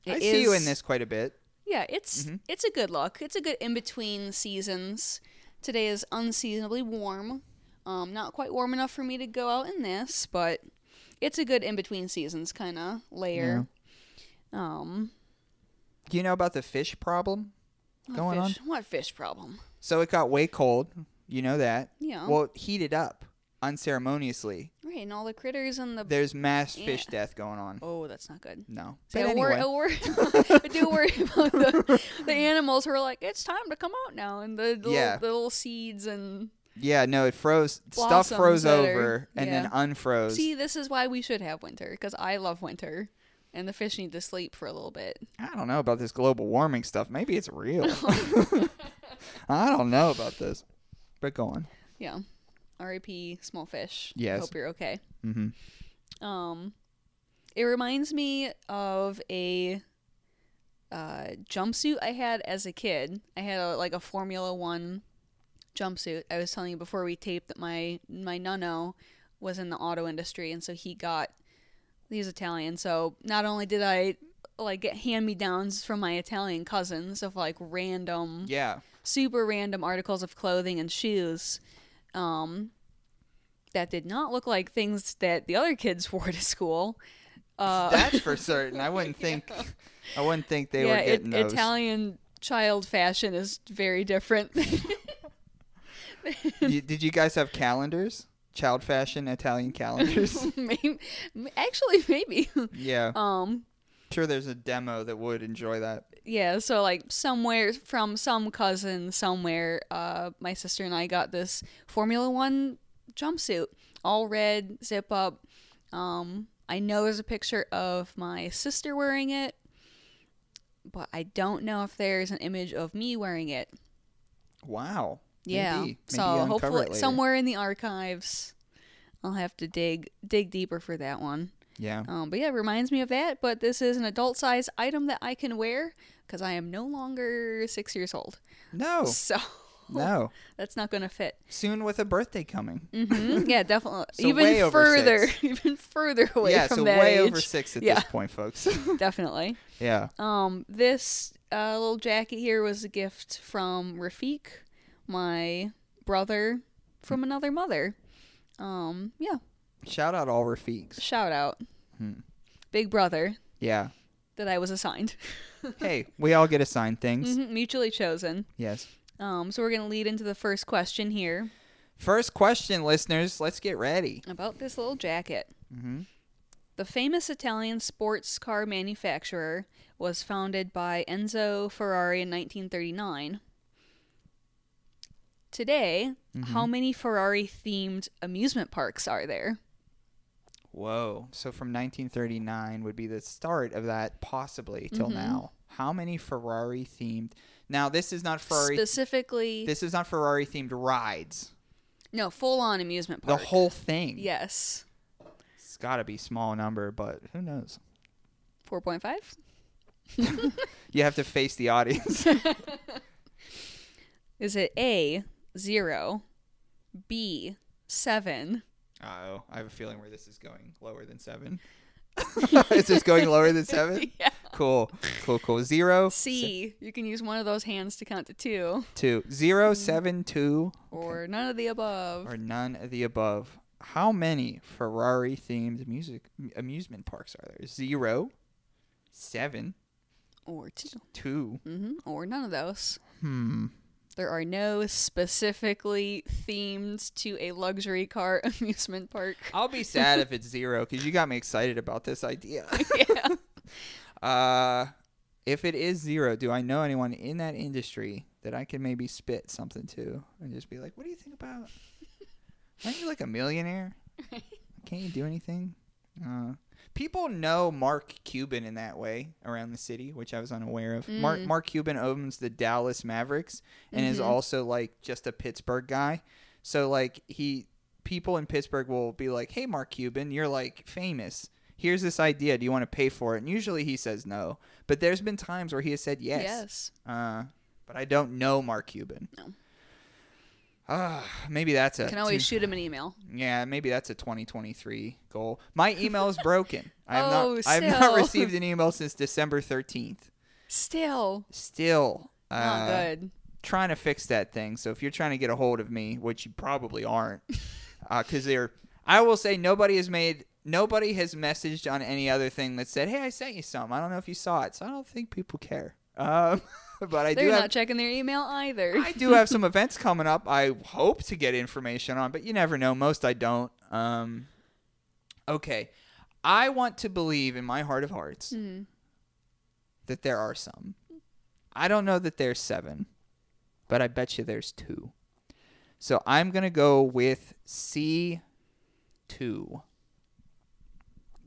Speaker 1: I
Speaker 2: It
Speaker 1: see you in
Speaker 2: is-
Speaker 1: this quite a bit.
Speaker 2: yeah, it's
Speaker 1: Mm-hmm.
Speaker 2: it's a good look. It's a good in between seasons. Today is unseasonably warm. Um, not quite warm enough for me to go out in this, but it's a good in between seasons kind of layer. Um,
Speaker 1: Do you know about the fish problem?
Speaker 2: what
Speaker 1: Going on?
Speaker 2: fish, What fish problem?
Speaker 1: So it got way cold. You know that.
Speaker 2: Yeah.
Speaker 1: Well, it heated up unceremoniously.
Speaker 2: Right, and all the critters and the.
Speaker 1: There's mass fish
Speaker 2: Yeah.
Speaker 1: death going on.
Speaker 2: oh, that's not good.
Speaker 1: No.
Speaker 2: See,
Speaker 1: but
Speaker 2: I, wor-
Speaker 1: anyway,
Speaker 2: I wor- I do worry about the, the animals who are like, it's time to come out now, and the little,
Speaker 1: Yeah.
Speaker 2: the little seeds and.
Speaker 1: yeah, no, it froze. Stuff
Speaker 2: Blossoms
Speaker 1: froze
Speaker 2: that are-
Speaker 1: over and then
Speaker 2: yeah.
Speaker 1: unfroze.
Speaker 2: See, this is why we should have winter because I love winter, and the fish need to sleep for a little bit.
Speaker 1: I don't know about this global warming stuff. Maybe it's real. I don't know about this. But go on.
Speaker 2: Yeah. R.I.P. Small fish.
Speaker 1: Yes.
Speaker 2: Hope you're okay.
Speaker 1: Mm-hmm.
Speaker 2: Um, it reminds me of a uh, jumpsuit I had as a kid. I had a, like a Formula One jumpsuit. I was telling you before we taped that my my nonno was in the auto industry, and so he got he's Italian. So not only did I like get hand me downs from my Italian cousins of like random
Speaker 1: Yeah.
Speaker 2: super random articles of clothing and shoes um, that did not look like things that the other kids wore to school. Uh,
Speaker 1: That's for certain. I wouldn't think I wouldn't think they
Speaker 2: yeah,
Speaker 1: were
Speaker 2: it-
Speaker 1: getting those.
Speaker 2: Italian child fashion is very different.
Speaker 1: You- did you guys have calendars? Child fashion Italian
Speaker 2: Um,
Speaker 1: calendars?
Speaker 2: Maybe- actually, maybe.
Speaker 1: yeah.
Speaker 2: Um,
Speaker 1: sure there's a demo that would enjoy that.
Speaker 2: yeah, so like somewhere from some cousin somewhere, uh, my sister and I got this Formula One jumpsuit, all red, zip up. Um, I know there's a picture of my sister wearing it, but I don't know if there's an image of me wearing it.
Speaker 1: Wow.
Speaker 2: Yeah,
Speaker 1: Maybe. Maybe you
Speaker 2: so
Speaker 1: uncover it
Speaker 2: hopefully
Speaker 1: later.
Speaker 2: somewhere in the archives, I'll have to dig dig deeper for that one.
Speaker 1: Yeah.
Speaker 2: Um, but yeah, it reminds me of that. But this is an adult size item that I can wear because I am no longer six years old.
Speaker 1: No.
Speaker 2: So
Speaker 1: No.
Speaker 2: that's not going to fit.
Speaker 1: Soon with a birthday coming.
Speaker 2: hmm Yeah, definitely.
Speaker 1: Mm-hmm. So way
Speaker 2: even
Speaker 1: over
Speaker 2: further,
Speaker 1: six.
Speaker 2: even further away
Speaker 1: yeah,
Speaker 2: from
Speaker 1: so
Speaker 2: that
Speaker 1: way
Speaker 2: age.
Speaker 1: over 6 at
Speaker 2: Yeah.
Speaker 1: this point, folks.
Speaker 2: definitely.
Speaker 1: yeah.
Speaker 2: Um, this uh, little jacket here was a gift from Rafik, my brother from another mother. Um, yeah,
Speaker 1: Shout out all Rafiqs.
Speaker 2: shout out,
Speaker 1: Hmm.
Speaker 2: big brother
Speaker 1: Yeah.
Speaker 2: that I was assigned,
Speaker 1: Hey, we all get assigned things.
Speaker 2: Mhm, mutually chosen.
Speaker 1: Yes.
Speaker 2: Um, so we're gonna lead into the first question here
Speaker 1: First question, listeners. Let's get ready.
Speaker 2: about this little jacket.
Speaker 1: Mhm.
Speaker 2: The famous Italian sports car manufacturer was founded by Enzo Ferrari in 1939. Today,
Speaker 1: Mm-hmm.
Speaker 2: how many Ferrari themed amusement parks are there?
Speaker 1: Whoa. So from 1939 would be the start of that, possibly till
Speaker 2: Mm-hmm.
Speaker 1: now. How many Ferrari themed? Now this is not Ferrari.
Speaker 2: Specifically,
Speaker 1: this is not Ferrari themed rides.
Speaker 2: no, full on amusement park.
Speaker 1: The whole thing.
Speaker 2: Yes.
Speaker 1: It's got to be small number, but who knows?
Speaker 2: 4.5?
Speaker 1: You have to face the audience.
Speaker 2: Is it A, 0, B, 7,
Speaker 1: oh, I have a feeling where this is going lower than seven. is this going lower than seven?
Speaker 2: Yeah.
Speaker 1: Cool, cool, cool. Zero,
Speaker 2: C? You can use one of those hands to count to two,
Speaker 1: two, zero, seven, two,
Speaker 2: or none of the above.
Speaker 1: or none of the above. How many Ferrari themed music amusement parks are there? Zero, seven,
Speaker 2: Or two.
Speaker 1: two.
Speaker 2: hmm Or none of those.
Speaker 1: Hmm.
Speaker 2: There are no specifically themed to a luxury car amusement park.
Speaker 1: I'll be sad if it's zero because you got me excited about this idea.
Speaker 2: yeah.
Speaker 1: Uh, If it is zero, do I know anyone in that industry that I could maybe spit something to and just be like, "What do you think about? Aren't you like a millionaire? Can't you do anything?" Uh, people know Mark Cuban in that way around the city, which I was unaware of. Mark
Speaker 2: Mm.
Speaker 1: Mark Cuban owns the Dallas Mavericks and is
Speaker 2: Mm-hmm.
Speaker 1: also like just a Pittsburgh guy. So like he people in Pittsburgh will be like, "Hey, Mark Cuban, you're like famous. Here's this idea. Do you want to pay for it?" And usually he says no, but there's been times where he has said yes.
Speaker 2: Yes.
Speaker 1: Uh, but I don't know Mark Cuban.
Speaker 2: No.
Speaker 1: Ah, maybe that's a
Speaker 2: Can always
Speaker 1: two-
Speaker 2: shoot him an email.
Speaker 1: yeah, maybe that's a 2023 goal. My email is broken. I have
Speaker 2: Oh,
Speaker 1: not I have not
Speaker 2: so-
Speaker 1: received an email since December 13th.
Speaker 2: Still
Speaker 1: Still
Speaker 2: not
Speaker 1: uh,
Speaker 2: good.
Speaker 1: trying to fix that thing. So if you're trying to get a hold of me, which you probably aren't, because they're, I will say nobody has made, nobody has messaged on any other thing that said, "Hey, I sent you some." I don't know if you saw it, so I don't think people care. Um, but I do
Speaker 2: They're not
Speaker 1: have,
Speaker 2: checking their email either.
Speaker 1: I do have some events coming up. I hope to get information on, but you never know. Most I don't. Um, okay, I want to believe in my heart of hearts
Speaker 2: Mhm.
Speaker 1: that there are some. I don't know that there's seven, but I bet you there's two. So I'm gonna go with C two.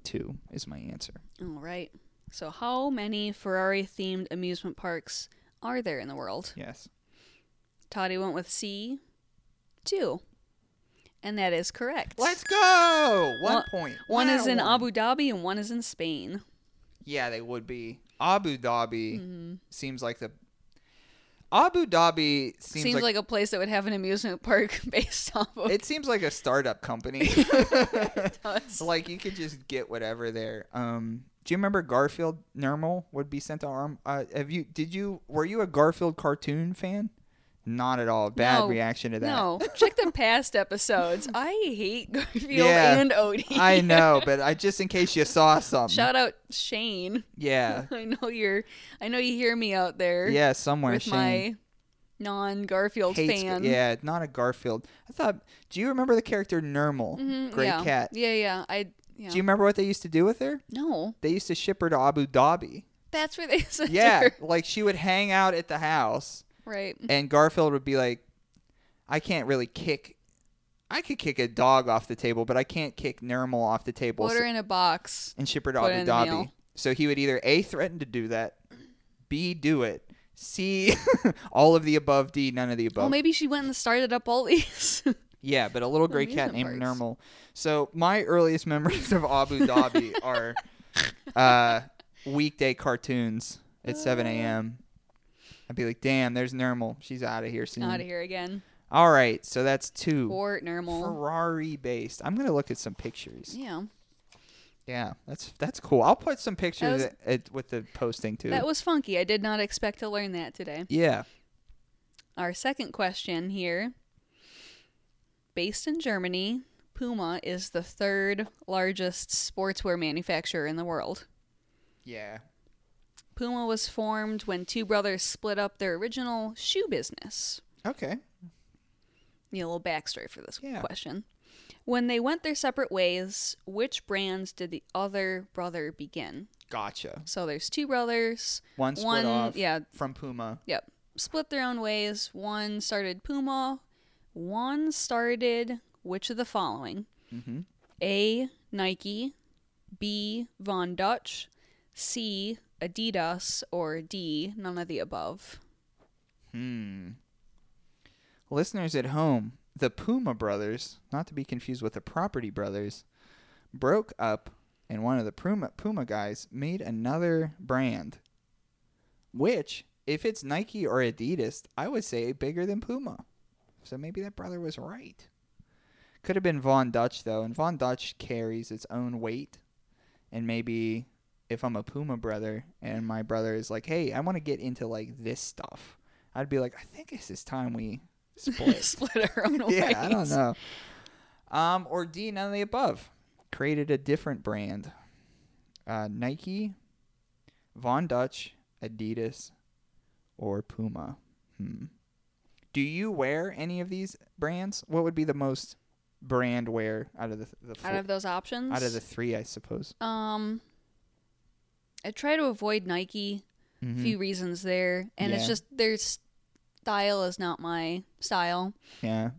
Speaker 1: Two is my answer.
Speaker 2: All right. So, how many Ferrari themed amusement parks are there in the world?
Speaker 1: Yes.
Speaker 2: Toddy went with C, two. And that is correct.
Speaker 1: Let's go. One
Speaker 2: One-
Speaker 1: point.
Speaker 2: One is in
Speaker 1: Wow.
Speaker 2: Abu Dhabi and one is in Spain.
Speaker 1: Yeah, they would be. Abu Dhabi
Speaker 2: Mm-hmm.
Speaker 1: seems like the Abu Dhabi seems,
Speaker 2: Seems, like, a place that would have an amusement park based off of
Speaker 1: it seems like a startup company.
Speaker 2: us.
Speaker 1: like you could just get whatever there. Um, do you remember Garfield Normal would be sent to arm? Uh, have you? Did you? Were you a Garfield cartoon fan? Not at all. Bad
Speaker 2: No.
Speaker 1: reaction to that.
Speaker 2: No, check the past episodes. I hate Garfield
Speaker 1: Yeah.
Speaker 2: and Odie.
Speaker 1: I know, but I just in case you saw something.
Speaker 2: Shout out Shane.
Speaker 1: yeah,
Speaker 2: I know you're. I know you hear me out there.
Speaker 1: yeah, somewhere.
Speaker 2: with
Speaker 1: Shane.
Speaker 2: my non-Garfield
Speaker 1: hates-
Speaker 2: fan.
Speaker 1: Yeah, not a Garfield. I thought. Do you remember the character Normal?
Speaker 2: Mhm,
Speaker 1: Great
Speaker 2: yeah.
Speaker 1: cat.
Speaker 2: Yeah, yeah. I yeah.
Speaker 1: Do you remember what they used to do with her?
Speaker 2: no,
Speaker 1: They used to ship her to Abu Dhabi.
Speaker 2: that's where they sent
Speaker 1: Yeah,
Speaker 2: her.
Speaker 1: like she would hang out at the house,
Speaker 2: Right.
Speaker 1: and Garfield would be like, "I can't really kick. I could kick a dog off the table, but I can't kick Nermal off the table."
Speaker 2: Order
Speaker 1: So,
Speaker 2: in a box.
Speaker 1: and ship her to
Speaker 2: put
Speaker 1: Abu
Speaker 2: in the
Speaker 1: Dhabi.
Speaker 2: meal.
Speaker 1: So he would either a threaten to do that, b do it, c all of the above, d none of the above.
Speaker 2: Well, maybe she went and started up all these.
Speaker 1: Yeah, but a little gray cat named
Speaker 2: amusement parks.
Speaker 1: Nermal. So my earliest memories of Abu Dhabi are uh, weekday cartoons at
Speaker 2: Uh.
Speaker 1: 7 a.m. I'd be like, damn, there's Nermal. She's out of here soon.
Speaker 2: Out of here again.
Speaker 1: All right, so that's two.
Speaker 2: Or normal.
Speaker 1: Ferrari based. I'm gonna look at some pictures.
Speaker 2: yeah.
Speaker 1: Yeah, that's that's cool. I'll put some pictures
Speaker 2: was-
Speaker 1: at, at- with the posting too.
Speaker 2: That was funky. I did not expect to learn that today.
Speaker 1: yeah.
Speaker 2: Our second question here. Based in Germany, Puma is the third largest sportswear manufacturer in the world.
Speaker 1: Yeah.
Speaker 2: Puma was formed when two brothers split up their original shoe business.
Speaker 1: Okay.
Speaker 2: Need a little backstory for this
Speaker 1: Yeah.
Speaker 2: question. When they went their separate ways, which brands did the other brother begin?
Speaker 1: Gotcha.
Speaker 2: So there's two brothers.
Speaker 1: One split off
Speaker 2: yeah,
Speaker 1: from Puma.
Speaker 2: yep. Split their own ways. One started Puma. One started which of the following?
Speaker 1: Mm-hmm.
Speaker 2: A. Nike. B. Von Dutch. C. Adidas. Or D. None of the above.
Speaker 1: Listeners at home, the Puma brothers, not to be confused with the Property brothers, broke up, and one of the Puma, Puma guys made another brand, which, if it's Nike or Adidas, I would say bigger than Puma. So maybe that brother was right. Could have been Von Dutch, though, and Von Dutch carries its own weight. And maybe if I'm a Puma brother and my brother is like, hey, I want to get into like this stuff, I'd be like, I think it's this time we split
Speaker 2: Split our own ways.
Speaker 1: yeah, I don't know. Um, or D, none of the above. Created a different brand. Uh, Nike, Von Dutch, Adidas, or Puma. Hmm. Do you wear any of these brands? What would be the most brand wear out of the the four,
Speaker 2: Out of those options,
Speaker 1: out of the three, I suppose?
Speaker 2: um, I try to avoid Nike few reasons there, and
Speaker 1: Mm-hmm.
Speaker 2: it's
Speaker 1: Yeah.
Speaker 2: just their style is not my style.
Speaker 1: Yeah.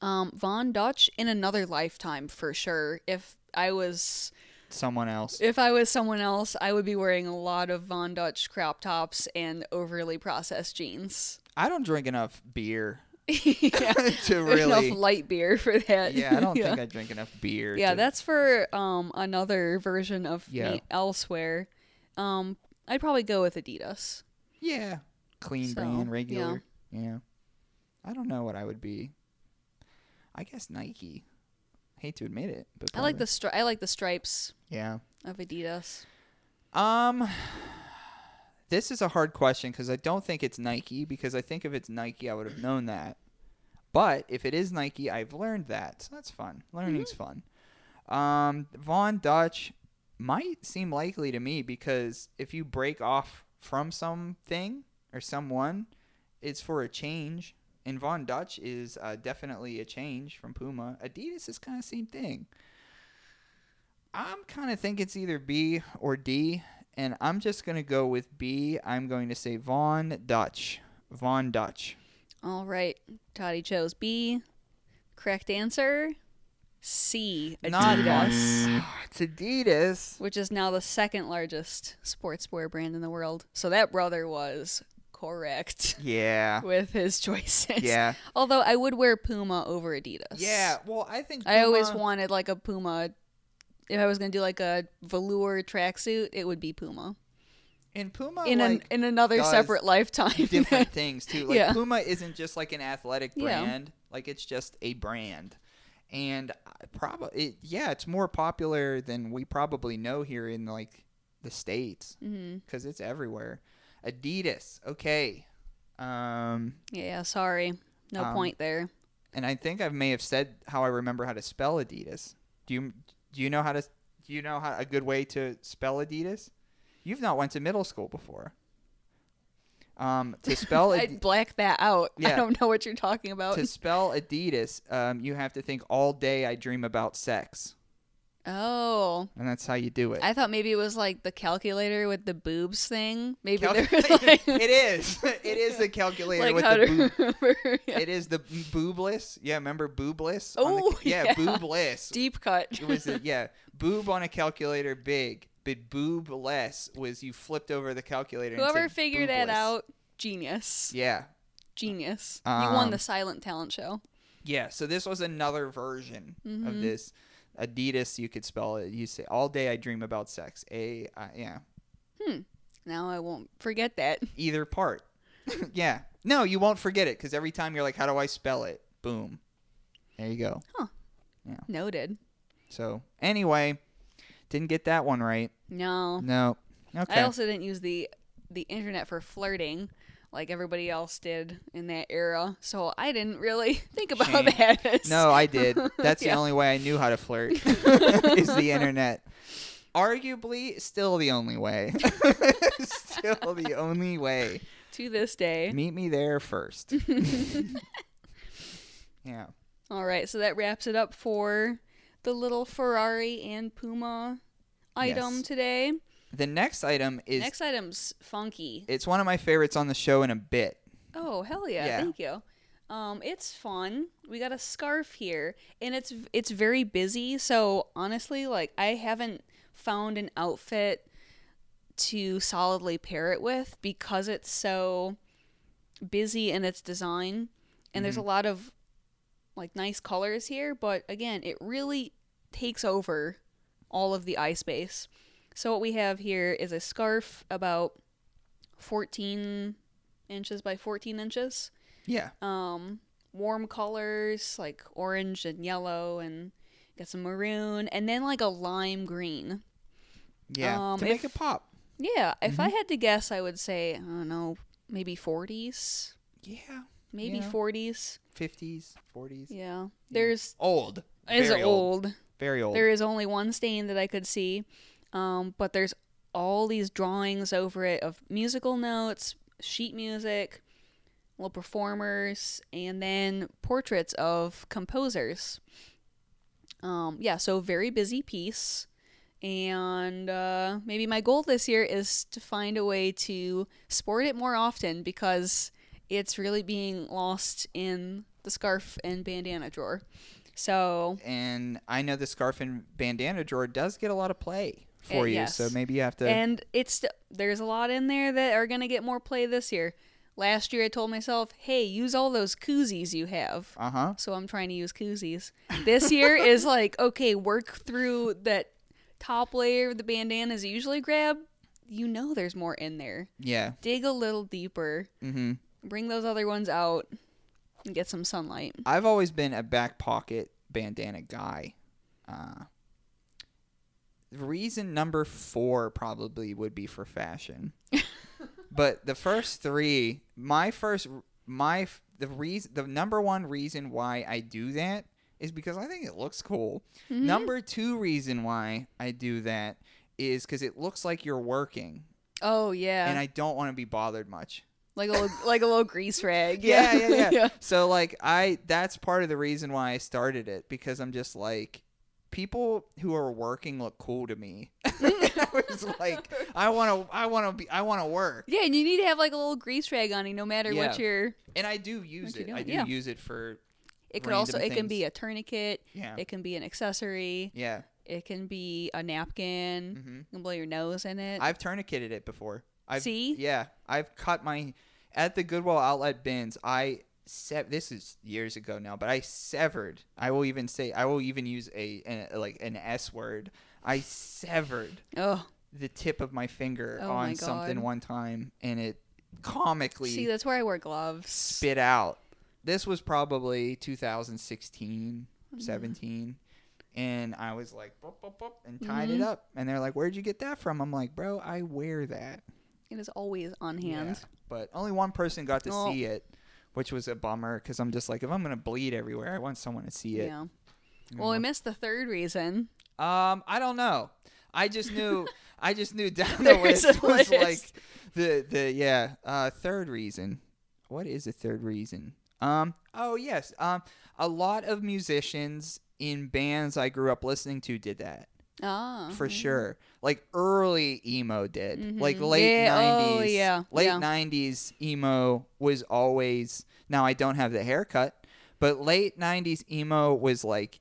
Speaker 2: Um, Von Dutch in another lifetime for sure. If I was
Speaker 1: Someone else.
Speaker 2: if I was someone else, I would be wearing a lot of Von Dutch crop tops and overly processed jeans.
Speaker 1: I don't drink enough beer
Speaker 2: yeah.
Speaker 1: to
Speaker 2: Enough
Speaker 1: really.
Speaker 2: light beer for that.
Speaker 1: Yeah, I don't think I drink enough beer.
Speaker 2: Yeah,
Speaker 1: to-
Speaker 2: that's for um another version of
Speaker 1: Yeah.
Speaker 2: me elsewhere. Um, I'd probably go with Adidas.
Speaker 1: Yeah. Clean
Speaker 2: So,
Speaker 1: brand,
Speaker 2: yeah.
Speaker 1: regular. Yeah. I don't know what I would be. I guess Nike. Hate to admit it, but
Speaker 2: I like
Speaker 1: probably.
Speaker 2: the stri- I like the stripes
Speaker 1: Yeah.
Speaker 2: of Adidas.
Speaker 1: Um, this is a hard question because I don't think it's Nike. Because I think if it's Nike, I would have known that. But if it is Nike, I've learned that, so that's fun. Learning's fun. Um, Von Dutch might seem likely to me because if you break off from something or someone, it's for a change. And Von Dutch is uh, definitely a change from Puma. Adidas is kind of same thing. I'm kind of think it's either B or D, and I'm just gonna go with B. I'm going to say Von Dutch. Von Dutch.
Speaker 2: All right, Toddy chose B. Correct answer, C.
Speaker 1: Not
Speaker 2: Adidas,
Speaker 1: It's Adidas.
Speaker 2: which is now the second largest sportswear brand in the world. So that brother was correct
Speaker 1: Yeah.
Speaker 2: with his choices.
Speaker 1: Yeah.
Speaker 2: Although I would wear Puma over Adidas.
Speaker 1: Yeah. Well, I think
Speaker 2: I always
Speaker 1: Puma-
Speaker 2: wanted like a Puma. If I was gonna do like a velour tracksuit, it would be Puma.
Speaker 1: and Puma
Speaker 2: in an
Speaker 1: Oh, like,
Speaker 2: in another
Speaker 1: does
Speaker 2: separate lifetime.
Speaker 1: different things too. Like
Speaker 2: Yeah.
Speaker 1: Puma isn't just like an athletic
Speaker 2: Yeah.
Speaker 1: brand. Like it's just a brand. And probably it, yeah, it's more popular than we probably know here in like the states
Speaker 2: hmm
Speaker 1: because it's everywhere. Adidas. Okay. Um,
Speaker 2: Yeah, sorry, no
Speaker 1: Um,
Speaker 2: point there.
Speaker 1: and I think I may have said how I remember how to spell Adidas. Do you do you know how to do you know how a good way to spell Adidas? You've not went to middle school before. Um, to spell
Speaker 2: I'd
Speaker 1: Adi-
Speaker 2: black that out.
Speaker 1: Yeah.
Speaker 2: I don't know what you're talking about.
Speaker 1: to spell Adidas, um, you have to think all day I dream about sex,
Speaker 2: Oh,
Speaker 1: and that's how you do it.
Speaker 2: I thought maybe it was like the calculator with the boobs thing. Maybe there was
Speaker 1: Calculator.
Speaker 2: like,
Speaker 1: it is. It is the calculator
Speaker 2: like
Speaker 1: with
Speaker 2: how
Speaker 1: the
Speaker 2: to
Speaker 1: boob.
Speaker 2: remember. yeah.
Speaker 1: It is the boobless. Yeah, remember boobless? on the
Speaker 2: Oh,
Speaker 1: ca- yeah,
Speaker 2: yeah.
Speaker 1: boobless.
Speaker 2: Deep cut.
Speaker 1: it was a, yeah boob on a calculator big but boob less was you flipped over the calculator and
Speaker 2: Whoever
Speaker 1: said
Speaker 2: figured that
Speaker 1: boobless.
Speaker 2: out, genius,
Speaker 1: yeah
Speaker 2: genius. you won
Speaker 1: Um,
Speaker 2: the silent talent show.
Speaker 1: yeah so this was another version of
Speaker 2: Mhm.
Speaker 1: this adidas you could spell it you say all day i dream about sex a I, yeah
Speaker 2: Now I won't forget that.
Speaker 1: either part yeah no you won't forget it because every time you're like how do i spell it boom there you go
Speaker 2: Noted.
Speaker 1: so anyway didn't get that one right
Speaker 2: No.
Speaker 1: no okay
Speaker 2: I also didn't use the the internet for flirting like everybody else did in that era. So I didn't really think about
Speaker 1: Shame.
Speaker 2: that.
Speaker 1: No, I did. That's
Speaker 2: Yeah.
Speaker 1: the only way I knew how to flirt is the internet. Arguably, still the only way. still the only way.
Speaker 2: to this day.
Speaker 1: Meet me there first. yeah.
Speaker 2: All right, so that wraps it up for the little Ferrari and Puma item
Speaker 1: Yes.
Speaker 2: today.
Speaker 1: The next item is
Speaker 2: Next item's funky.
Speaker 1: it's one of my favorites on the show in a bit.
Speaker 2: Oh hell yeah!
Speaker 1: Yeah.
Speaker 2: Thank you. Um, it's fun. We got a scarf here, and it's it's very busy. So honestly, like I haven't found an outfit to solidly pair it with because it's so busy in its design, and there's a lot of like nice colors here. But again, it really takes over all of the eye space. So what we have here is a scarf about 14 inches by 14 inches.
Speaker 1: Yeah.
Speaker 2: Um, warm colors like orange and yellow, and got some maroon, and then like a lime green.
Speaker 1: Yeah.
Speaker 2: Um,
Speaker 1: to make it
Speaker 2: if-
Speaker 1: pop.
Speaker 2: Yeah, if I had to guess, I would say I don't know, maybe 40s,
Speaker 1: Yeah.
Speaker 2: maybe
Speaker 1: Yeah.
Speaker 2: 40s.
Speaker 1: 50s, 40s.
Speaker 2: Yeah, there's
Speaker 1: Old.
Speaker 2: is
Speaker 1: Very
Speaker 2: old.
Speaker 1: Very old.
Speaker 2: There is only one stain that I could see, um, but there's all these drawings over it of musical notes, sheet music, little performers, and then portraits of composers. Um, yeah, so very busy piece. And uh, maybe my goal this year is to find a way to sport it more often because it's really being lost in the scarf and bandana drawer. So
Speaker 1: And I know the scarf and bandana drawer does get a lot of play for
Speaker 2: Eh,
Speaker 1: you,
Speaker 2: yes.
Speaker 1: so maybe you have to.
Speaker 2: and it's st- there's a lot in there that are gonna get more play this year. Last year I told myself, hey, use all those koozies you have.
Speaker 1: uh huh.
Speaker 2: So I'm trying to use koozies. This year is like, okay, work through that top layer of the bandanas you usually grab. You know there's more in there.
Speaker 1: Yeah.
Speaker 2: Dig a little deeper.
Speaker 1: hmm
Speaker 2: Bring those other ones out and get some sunlight.
Speaker 1: I've always been a back pocket bandana guy. Uh, reason number four probably would be for fashion, but the first three, my first, my f- the reason, the number one reason why I do that is because I think it looks cool.
Speaker 2: Mm-hmm.
Speaker 1: Number two reason why I do that is because it looks like you're working,
Speaker 2: Oh yeah.
Speaker 1: and I don't want to be bothered much.
Speaker 2: like a little, like a little grease rag.
Speaker 1: yeah, yeah, yeah. So like I that's part of the reason why I started it because I'm just like people who are working look cool to me. I was like I want to I want to be I want to work.
Speaker 2: Yeah, and you need to have like a little grease rag on you, no matter
Speaker 1: Yeah.
Speaker 2: what your.
Speaker 1: And I do use
Speaker 2: What you
Speaker 1: it. I
Speaker 2: doing?
Speaker 1: do
Speaker 2: Yeah.
Speaker 1: use it for
Speaker 2: It could
Speaker 1: Random
Speaker 2: also it can
Speaker 1: things.
Speaker 2: be a tourniquet.
Speaker 1: yeah.
Speaker 2: It can be an accessory.
Speaker 1: yeah.
Speaker 2: It can be a napkin.
Speaker 1: Mhm.
Speaker 2: You can blow your nose in it.
Speaker 1: I've tourniqueted it before. I've,
Speaker 2: See?
Speaker 1: Yeah, I've cut my at the Goodwill outlet bins. I se- this is years ago now, but I severed. I will even say I will even use a, an like an S word. I severed
Speaker 2: oh,
Speaker 1: the tip of my finger
Speaker 2: Oh
Speaker 1: on
Speaker 2: my
Speaker 1: something
Speaker 2: God.
Speaker 1: one time, and it comically
Speaker 2: see, that's where I wear gloves.
Speaker 1: spit out. This was probably 2016,
Speaker 2: Oh,
Speaker 1: 17. And I was like, "Bop, bop, bop," and tied
Speaker 2: Mm-hmm.
Speaker 1: it up. And they're like, where'd you get that from? I'm like, bro, I wear that.
Speaker 2: It is always on hand.
Speaker 1: Yeah, But only one person got to
Speaker 2: Oh.
Speaker 1: see it, which was a bummer because I'm just like, if I'm gonna bleed everywhere, I want someone to see
Speaker 2: Yeah.
Speaker 1: it.
Speaker 2: Well, we missed the third reason.
Speaker 1: Um, I don't know. I just knew. I just knew down the
Speaker 2: There's
Speaker 1: list
Speaker 2: a
Speaker 1: was
Speaker 2: list.
Speaker 1: like the the yeah. Uh, third reason. What is a third reason? Um. Oh yes. Um. A lot of musicians in bands I grew up listening to did that
Speaker 2: Ah.
Speaker 1: for sure. Like early emo did. Like
Speaker 2: Mhm.
Speaker 1: late
Speaker 2: Yeah, oh,
Speaker 1: 90s.
Speaker 2: yeah,
Speaker 1: Late
Speaker 2: yeah.
Speaker 1: 90s emo was always Now I don't have the haircut, but late 90s emo was like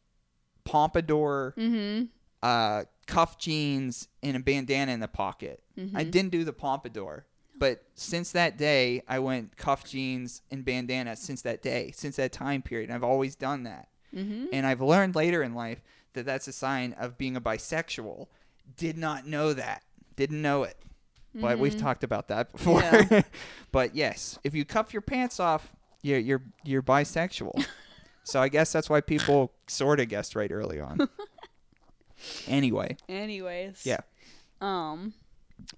Speaker 1: pompadour,
Speaker 2: Mm-hmm.
Speaker 1: uh cuff jeans and a bandana in the pocket. I
Speaker 2: Mm-hmm.
Speaker 1: didn't do the pompadour. But since that day, I went cuff jeans and bandana since that day, since that time period. And I've always done that.
Speaker 2: Mm-hmm.
Speaker 1: And I've learned later in life that that's a sign of being a bisexual. Did not know that. Didn't know it. But we've talked about that before.
Speaker 2: Mm-hmm. Yeah.
Speaker 1: but yes, if you cuff your pants off, you're you're you're bisexual. so I guess that's why people sort of guessed right early on. anyway,
Speaker 2: Anyways.
Speaker 1: yeah.
Speaker 2: Um,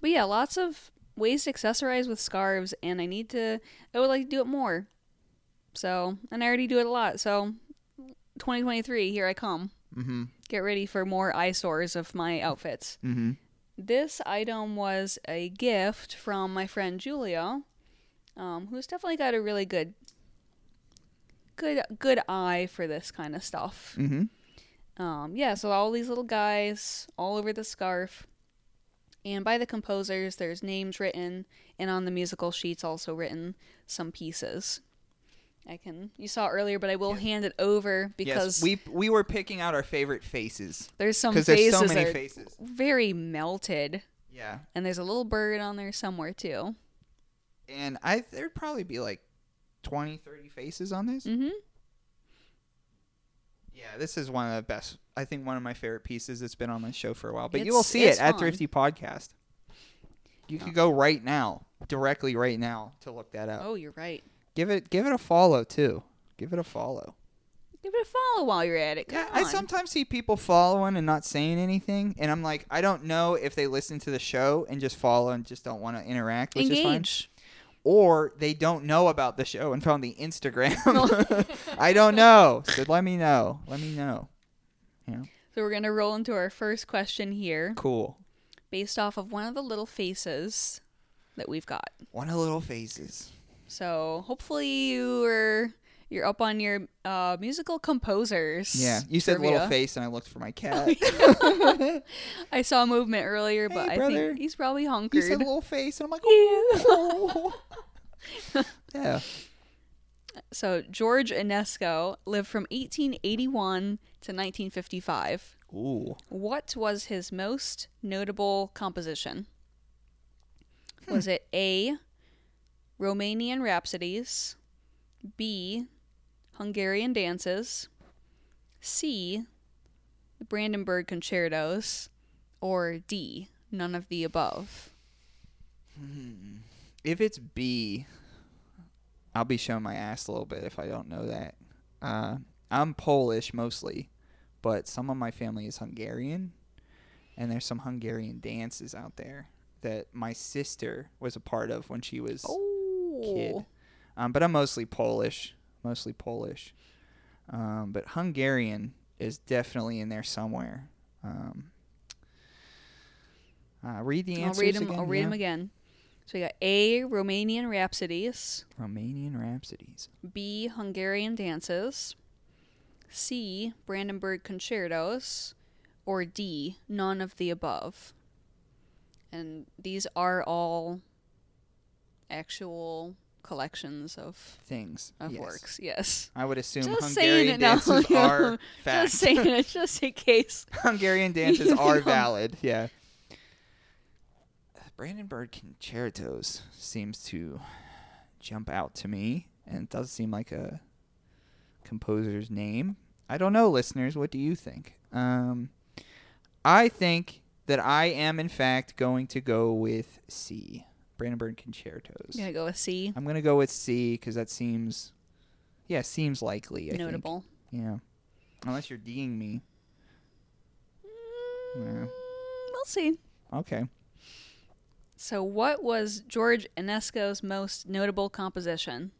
Speaker 2: but yeah, lots of ways to accessorize with scarves, and I need to. I would like to do it more. So, and I already do it a lot. So, 2023, here I come.
Speaker 1: Mhm.
Speaker 2: Get ready for more eyesores of my outfits.
Speaker 1: Mhm.
Speaker 2: This item was a gift from my friend Julia, um, who's definitely got a really good, good, good eye for this kind of stuff.
Speaker 1: Mhm.
Speaker 2: Um, yeah, so all these little guys all over the scarf. And by the composers, there's names written, and on the musical sheets also written some pieces. I can you saw earlier, but I will hand it over because
Speaker 1: yes, we we were picking out our favorite faces
Speaker 2: there's some
Speaker 1: because
Speaker 2: faces
Speaker 1: there's so many
Speaker 2: that are
Speaker 1: faces.
Speaker 2: very melted,
Speaker 1: Yeah.
Speaker 2: and there's a little bird on there somewhere too.
Speaker 1: And I there'd probably be like 20, 30 faces on this.
Speaker 2: Mm-hmm.
Speaker 1: Yeah, this is one of the best. I think one of my favorite pieces that's been on my show for a while. But you
Speaker 2: It's-
Speaker 1: will see
Speaker 2: it's
Speaker 1: it at
Speaker 2: fun.
Speaker 1: Thrifty Podcast. You could go right now, directly right now, to look that up.
Speaker 2: Oh, you're right.
Speaker 1: Give it, give it a follow too. Give it a follow.
Speaker 2: Give it a follow while you're at it. Come
Speaker 1: Yeah, I
Speaker 2: on.
Speaker 1: sometimes see people following and not saying anything, and I'm like, I don't know if they listen to the show and just follow and just don't want to interact, which is fine,
Speaker 2: engage.
Speaker 1: or they don't know about the show and found the Instagram. I don't know, so let me know. Let me know.
Speaker 2: So we're gonna roll into our first question here,
Speaker 1: Cool.
Speaker 2: based off of one of the little faces that we've got.
Speaker 1: One of the little faces.
Speaker 2: So hopefully you were You're up on your uh, musical composers.
Speaker 1: Yeah, you said little
Speaker 2: trivia.
Speaker 1: face, and I looked for my cat.
Speaker 2: I saw movement earlier, but
Speaker 1: Hey,
Speaker 2: I
Speaker 1: brother.
Speaker 2: think he's probably
Speaker 1: you said
Speaker 2: hunkered.
Speaker 1: little face, and I'm like,
Speaker 2: Yeah.
Speaker 1: oh. yeah.
Speaker 2: So George Enesco lived from 1881 to 1955.
Speaker 1: Ooh.
Speaker 2: What was his most notable composition? Was
Speaker 1: Hmm.
Speaker 2: it A, Romanian Rhapsodies, B, Hungarian Dances, C, the Brandenburg Concertos, or D, none of the above?
Speaker 1: If it's B, I'll be showing my ass a little bit if I don't know that. Uh, I'm Polish mostly, but some of my family is Hungarian, and there's some Hungarian dances out there that my sister was a part of when she was kid.
Speaker 2: Oh,
Speaker 1: Um, but I'm mostly Polish, mostly Polish. Um, but Hungarian is definitely in there somewhere. Um, uh, read the
Speaker 2: I'll
Speaker 1: answers
Speaker 2: read them.
Speaker 1: again.
Speaker 2: I'll read
Speaker 1: yeah.
Speaker 2: them again. So we got A, Romanian Rhapsodies.
Speaker 1: Romanian Rhapsodies.
Speaker 2: B. Hungarian dances. C. Brandenburg concertos. Or D. None of the above. And these are all actual collections of,
Speaker 1: Things.
Speaker 2: of
Speaker 1: yes.
Speaker 2: works. Yes.
Speaker 1: I would assume
Speaker 2: Just saying
Speaker 1: Hungarian
Speaker 2: it now.
Speaker 1: dances
Speaker 2: you know.
Speaker 1: are
Speaker 2: Just
Speaker 1: facts.
Speaker 2: saying it just in case.
Speaker 1: Hungarian dances are
Speaker 2: Yeah.
Speaker 1: valid. Yeah. Brandenburg concertos seems to jump out to me, and it does seem like a composer's name. I don't know, listeners. What do you think? Um, I think that I am, in fact, going to go with C. Brandenburg concertos.
Speaker 2: I'm going to go with C.
Speaker 1: I'm gonna go with C because that seems, yeah, seems likely. I think.
Speaker 2: Notable.
Speaker 1: Yeah. Unless you're D'ing me. Yeah.
Speaker 2: Mm, We'll see.
Speaker 1: Okay.
Speaker 2: So, what was George Enesco's most notable composition?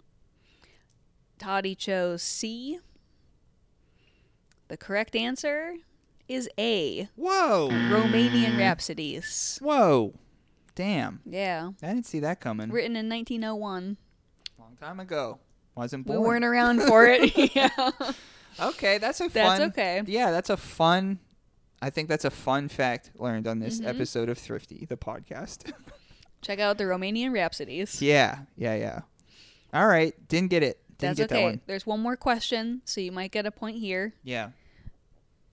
Speaker 2: Toddy chose C. The correct answer is A.
Speaker 1: Whoa.
Speaker 2: Romanian Rhapsodies.
Speaker 1: Whoa. Damn.
Speaker 2: Yeah.
Speaker 1: I didn't see that coming.
Speaker 2: Written in 1901.
Speaker 1: Long time ago. Wasn't
Speaker 2: We
Speaker 1: born.
Speaker 2: weren't around for it. yeah.
Speaker 1: Okay, that's a fun.
Speaker 2: That's okay.
Speaker 1: Yeah, that's a fun. I think that's a fun fact learned on
Speaker 2: Mm-hmm.
Speaker 1: this episode of Thrifty, the podcast.
Speaker 2: Check out the Romanian Rhapsodies.
Speaker 1: yeah, yeah, yeah. All right, didn't get it. Didn't
Speaker 2: That's
Speaker 1: get that
Speaker 2: okay.
Speaker 1: one.
Speaker 2: There's one more question, so you might get a point here.
Speaker 1: Yeah.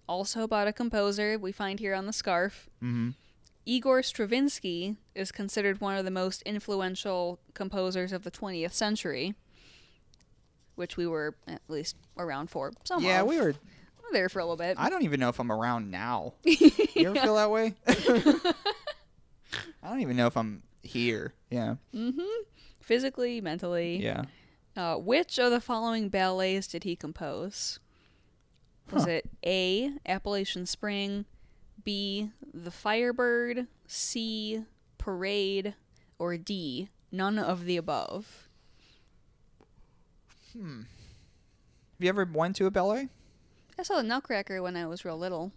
Speaker 2: also about a composer we find here on the scarf.
Speaker 1: Mhm.
Speaker 2: Igor Stravinsky is considered one of the most influential composers of the 20th century, which we were at least around for. Some
Speaker 1: Yeah,
Speaker 2: of.
Speaker 1: we were.
Speaker 2: We were there for a little bit.
Speaker 1: I don't even know if I'm around now. You ever feel that way? I don't even know if I'm here. Yeah.
Speaker 2: Physically, mentally.
Speaker 1: Yeah.
Speaker 2: Uh, which of the following ballets did he compose? Was it A. Appalachian Spring, B. The Firebird, C. Parade, or D. None of the above?
Speaker 1: Have you ever went to a ballet?
Speaker 2: I saw the Nutcracker when I was real little.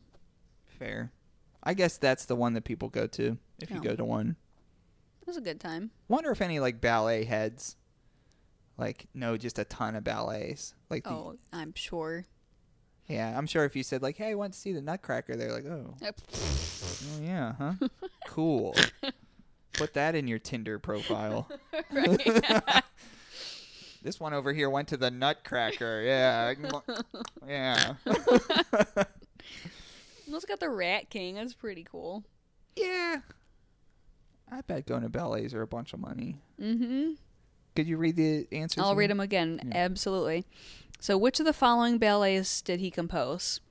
Speaker 1: Fair. I guess that's the one that people go to if you
Speaker 2: Oh.
Speaker 1: go to one.
Speaker 2: It was a good time.
Speaker 1: Wonder if any like ballet heads like know just a ton of ballets. Like the,
Speaker 2: Oh, I'm sure.
Speaker 1: yeah, I'm sure if you said like, "Hey, I went to see the Nutcracker," they're like, "Oh, oh yeah, huh? cool." Put that in your Tinder profile. this one over here went to the Nutcracker. Yeah, yeah,
Speaker 2: We also got the Rat King. That's pretty cool.
Speaker 1: yeah. I bet going to ballets are a bunch of money.
Speaker 2: Mm-hmm.
Speaker 1: Could you read the answers?
Speaker 2: I'll
Speaker 1: again?
Speaker 2: read them again. Absolutely. So, which of the following ballets did he compose?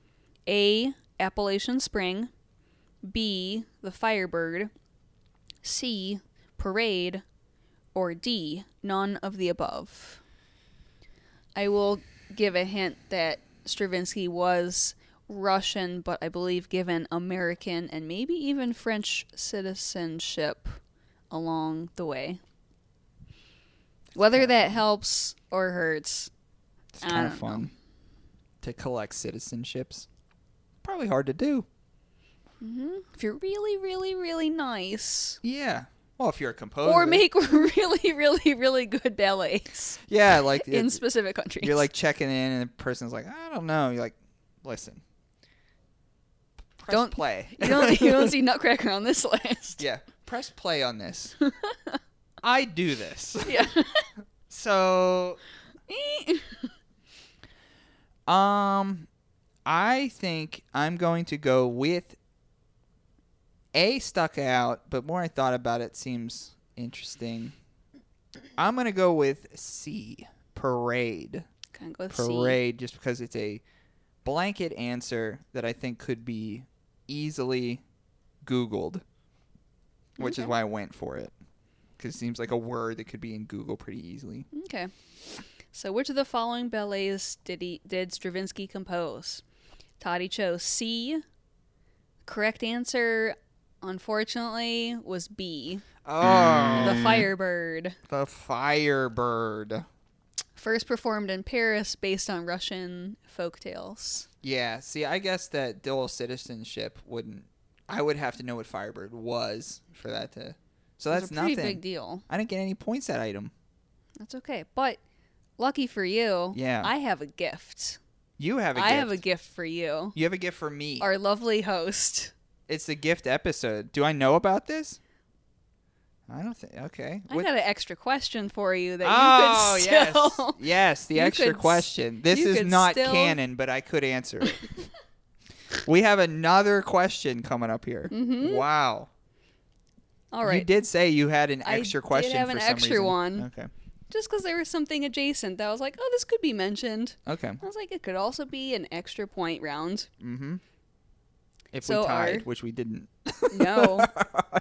Speaker 2: A. Appalachian Spring. B. The Firebird. C. Parade. Or D. None of the above. I will give a hint that Stravinsky was Russian, but I believe given American and maybe even French citizenship along the way. Whether that helps or hurts,
Speaker 1: It's
Speaker 2: I
Speaker 1: kind of
Speaker 2: don't
Speaker 1: fun to collect citizenships. Probably hard to do.
Speaker 2: if you're really, really, really nice,
Speaker 1: Oh, Yeah. Well, if you're a composer,
Speaker 2: or make really, really, really good ballets
Speaker 1: yeah, like
Speaker 2: in
Speaker 1: it's-
Speaker 2: specific countries.
Speaker 1: you're like checking in, and the person's like, I don't know. You're like, listen, press
Speaker 2: Don't-
Speaker 1: play.
Speaker 2: you don't, you don't see Nutcracker on this list.
Speaker 1: yeah, press play on this. I do this.
Speaker 2: Yeah.
Speaker 1: So, um, I think I'm going to go with A stuck out, but more I thought about it seems interesting. I'm going to go with C, parade.
Speaker 2: Kind of go with C.
Speaker 1: Parade, just because it's a blanket answer that I think could be easily Googled, which is
Speaker 2: Okay.
Speaker 1: why I went for it. Because it seems like a word that could be in Google pretty easily.
Speaker 2: Okay. So, which of the following ballets did he did Stravinsky compose? Toddy chose C. Correct answer, unfortunately, was B.
Speaker 1: Oh,
Speaker 2: The Firebird,
Speaker 1: the Firebird.
Speaker 2: first performed in Paris, based on Russian folk tales.
Speaker 1: Yeah, see, I guess that dual citizenship wouldn't. I would have to know what Firebird was for that to. So
Speaker 2: It was
Speaker 1: that's
Speaker 2: a pretty
Speaker 1: nothing.
Speaker 2: big deal.
Speaker 1: I didn't get any points that item.
Speaker 2: That's okay, but lucky for you,
Speaker 1: Yeah.
Speaker 2: I have a gift.
Speaker 1: You have a
Speaker 2: I
Speaker 1: gift.
Speaker 2: have a gift for you,
Speaker 1: You have a gift for me.
Speaker 2: our lovely host.
Speaker 1: It's the gift episode. Do I know about this? I don't think. Okay.
Speaker 2: I
Speaker 1: What-
Speaker 2: got an extra question for you that
Speaker 1: oh
Speaker 2: you could
Speaker 1: yes,
Speaker 2: still.
Speaker 1: yes. The
Speaker 2: you
Speaker 1: extra
Speaker 2: could s-
Speaker 1: question. This
Speaker 2: you
Speaker 1: is
Speaker 2: could
Speaker 1: not
Speaker 2: still-
Speaker 1: canon, but I could answer it. we have another question coming up here.
Speaker 2: Mhm.
Speaker 1: Wow.
Speaker 2: All right.
Speaker 1: You did say you had an
Speaker 2: I
Speaker 1: extra
Speaker 2: did
Speaker 1: question
Speaker 2: have
Speaker 1: for
Speaker 2: an
Speaker 1: some
Speaker 2: extra
Speaker 1: reason.
Speaker 2: one.
Speaker 1: Okay.
Speaker 2: just because there was something adjacent that I was like, oh, this could be mentioned.
Speaker 1: Okay.
Speaker 2: I was like, it could also be an extra point round.
Speaker 1: Mm-hmm. If
Speaker 2: So
Speaker 1: we
Speaker 2: are-
Speaker 1: tied, which we didn't.
Speaker 2: No,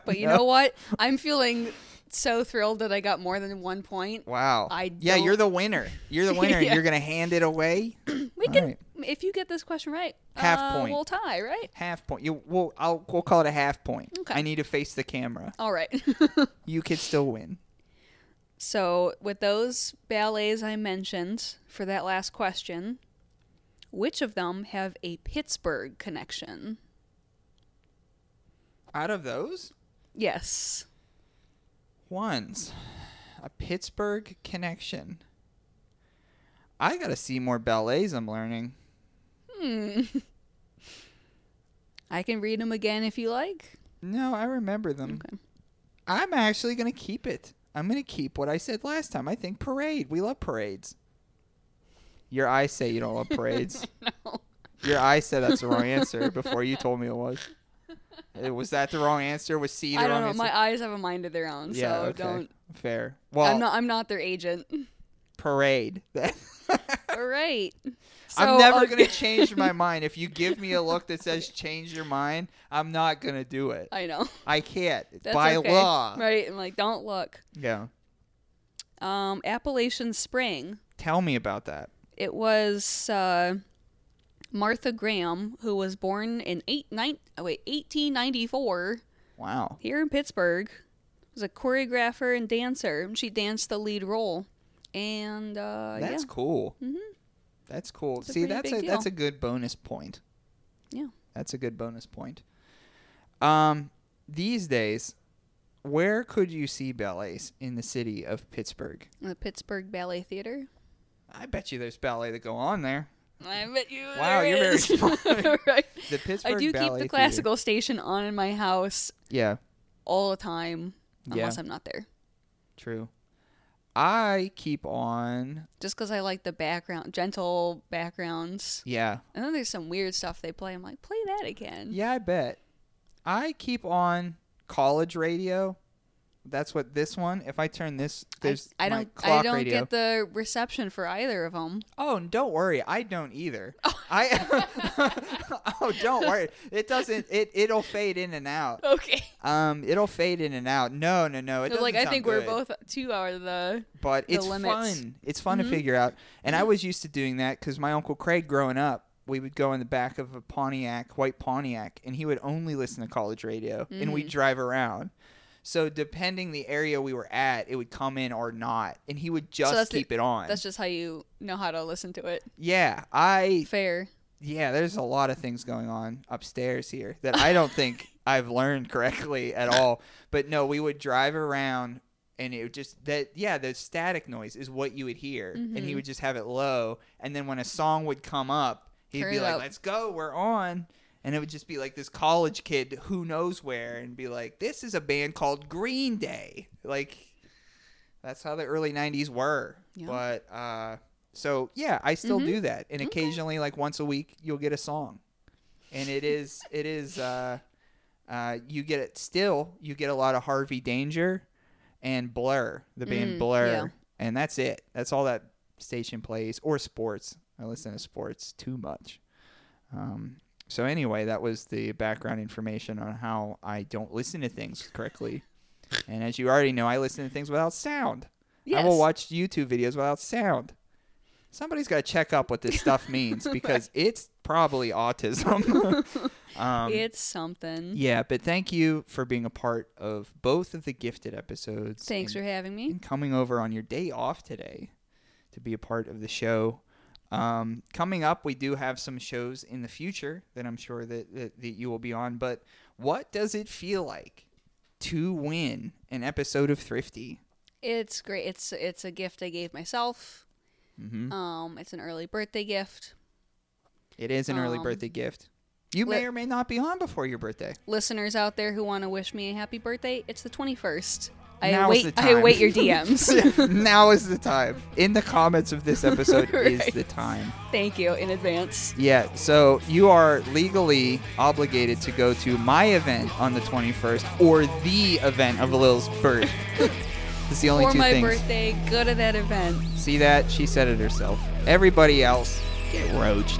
Speaker 2: but you
Speaker 1: No.
Speaker 2: know what? I'm feeling so thrilled that I got more than one point.
Speaker 1: Wow.
Speaker 2: I
Speaker 1: yeah, you're the
Speaker 2: don't-
Speaker 1: winner. You're the winner,
Speaker 2: Yeah.
Speaker 1: and you're gonna hand it away.
Speaker 2: We
Speaker 1: All
Speaker 2: can,
Speaker 1: right.
Speaker 2: if you get this question right,
Speaker 1: Half
Speaker 2: uh,
Speaker 1: point.
Speaker 2: We'll tie, right?
Speaker 1: Half point. You. We'll. I'll. We'll call it a half point.
Speaker 2: Okay.
Speaker 1: I need to face the camera.
Speaker 2: All right.
Speaker 1: You could still win.
Speaker 2: so, with those ballets I mentioned for that last question, which of them have a Pittsburgh connection?
Speaker 1: Out of those
Speaker 2: Yes.
Speaker 1: ones, a Pittsburgh connection. I gotta see more ballets. I'm learning.
Speaker 2: Hmm. I can read them again if you like.
Speaker 1: No, I remember them.
Speaker 2: Okay.
Speaker 1: I'm actually gonna keep it. I'm gonna keep what I said last time. I think parade. We love parades. Your eyes say you don't love parades.
Speaker 2: No.
Speaker 1: Your eyes said that's the wrong answer before you told me it was. Uh, Was that the wrong answer? Was C the
Speaker 2: I don't
Speaker 1: wrong
Speaker 2: know.
Speaker 1: answer?
Speaker 2: My eyes have a mind of their own,
Speaker 1: yeah,
Speaker 2: so
Speaker 1: okay.
Speaker 2: don't.
Speaker 1: Fair. Well,
Speaker 2: I'm not. I'm not their agent.
Speaker 1: parade.
Speaker 2: All right. So,
Speaker 1: I'm never
Speaker 2: okay.
Speaker 1: gonna change my mind. If you give me a look that says change your mind, I'm not gonna do it.
Speaker 2: I know.
Speaker 1: I can't. It's
Speaker 2: That's
Speaker 1: by
Speaker 2: okay.
Speaker 1: law.
Speaker 2: Right. I'm like, don't look.
Speaker 1: Yeah.
Speaker 2: Um, Appalachian Spring.
Speaker 1: Tell me about that.
Speaker 2: It was uh, Martha Graham, who was born in eight nine. Oh wait, 1894
Speaker 1: Wow.
Speaker 2: here in Pittsburgh. Was a choreographer and dancer. She danced the lead role, and uh, yeah.
Speaker 1: That's cool.
Speaker 2: Mhm.
Speaker 1: That's cool.
Speaker 2: It's a
Speaker 1: See,
Speaker 2: pretty
Speaker 1: that's a
Speaker 2: big
Speaker 1: that's
Speaker 2: deal.
Speaker 1: a good bonus point.
Speaker 2: Yeah.
Speaker 1: That's a good bonus point. Um, these days, where could you see ballets in the city of Pittsburgh?
Speaker 2: The Pittsburgh Ballet Theater.
Speaker 1: I bet you there's ballet that go on there.
Speaker 2: I bet you.
Speaker 1: Wow,
Speaker 2: there
Speaker 1: you're very
Speaker 2: is.
Speaker 1: smart.
Speaker 2: right.
Speaker 1: The Pittsburgh
Speaker 2: I do
Speaker 1: Ballet
Speaker 2: keep the
Speaker 1: Theater.
Speaker 2: classical station on in my house
Speaker 1: Yeah,
Speaker 2: all the time,
Speaker 1: Yeah.
Speaker 2: unless I'm not there.
Speaker 1: true. I keep on.
Speaker 2: Just because I like the background, gentle backgrounds.
Speaker 1: Yeah,
Speaker 2: And then there's some weird stuff they play. I'm like, play that again.
Speaker 1: yeah, I bet. I keep on college radio. That's what this one. If I turn this,
Speaker 2: I,
Speaker 1: there's
Speaker 2: I
Speaker 1: my
Speaker 2: don't.
Speaker 1: clock
Speaker 2: I don't
Speaker 1: radio.
Speaker 2: get the reception for either of them.
Speaker 1: Oh, and don't worry, I don't either.
Speaker 2: Oh.
Speaker 1: I oh, don't worry, it doesn't. It it'll fade in and out.
Speaker 2: Okay.
Speaker 1: Um, it'll fade in and out. No, no, no. It doesn't
Speaker 2: like I
Speaker 1: sound
Speaker 2: think
Speaker 1: good,
Speaker 2: we're both two are the.
Speaker 1: but
Speaker 2: the
Speaker 1: it's
Speaker 2: limits. Mm-hmm.
Speaker 1: fun. It's fun to figure out. And I was used to doing that because my uncle Craig, growing up, we would go in the back of a Pontiac, white Pontiac, and he would only listen to college radio, and
Speaker 2: Mm.
Speaker 1: we'd drive around. So depending the area we were at, it would come in or not, and he would just
Speaker 2: that's the-
Speaker 1: keep it on.
Speaker 2: That's just how you know how to listen to it.
Speaker 1: yeah, I
Speaker 2: Fair.
Speaker 1: yeah, there's a lot of things going on upstairs here that I don't think I've learned correctly at all. But no, we would drive around and it would just that yeah, the static noise is what you would hear. And he would just have it low and then when a song would come up, he'd
Speaker 2: Turn
Speaker 1: be
Speaker 2: it
Speaker 1: like,
Speaker 2: up.
Speaker 1: Let's go, we're on and it would just be like this college kid who knows where and be like, This is a band called Green Day. Like that's how the early nineties were.
Speaker 2: Yeah. Mm-hmm.
Speaker 1: But uh so yeah, I still do that. And occasionally like once a week you'll get a song. And it is it is uh uh you get it still you get a lot of Harvey Danger and Blur, the band
Speaker 2: Mm,
Speaker 1: Blur.
Speaker 2: yeah.
Speaker 1: And that's it. That's all that station plays or sports. I listen to sports too much. Um so anyway, that was the background information on how I don't listen to things correctly. and as you already know, I listen to things without sound. I will
Speaker 2: Yes.
Speaker 1: watch YouTube videos without sound. Somebody's got to check up what this stuff means because it's probably autism. um,
Speaker 2: it's something.
Speaker 1: yeah, but thank you for being a part of both of the gifted episodes.
Speaker 2: Thanks for
Speaker 1: and,
Speaker 2: having me.
Speaker 1: and coming over on your day off today to be a part of the show. Um, coming up, we do have some shows in the future that I'm sure that, that, that you will be on. But what does it feel like to win an episode of Thrifty?
Speaker 2: It's great. It's it's a gift I gave myself.
Speaker 1: Mhm.
Speaker 2: Um, it's an early birthday gift.
Speaker 1: It is an early
Speaker 2: Um,
Speaker 1: birthday gift. You may
Speaker 2: let-
Speaker 1: or may not be on before your birthday.
Speaker 2: Listeners out there who want to wish me a happy birthday, it's the 21st. I
Speaker 1: Now is
Speaker 2: await
Speaker 1: the
Speaker 2: I await your
Speaker 1: time.
Speaker 2: DMs.
Speaker 1: now is the time. In the comments of this episode is
Speaker 2: Right.
Speaker 1: the time.
Speaker 2: Thank you in advance.
Speaker 1: Yeah, so you are legally obligated to go to my event on the 21st or the event of Lil's birth. it's the only
Speaker 2: For
Speaker 1: two
Speaker 2: my
Speaker 1: things.
Speaker 2: birthday, go to that event.
Speaker 1: See that? She said it herself. Everybody else, get roached.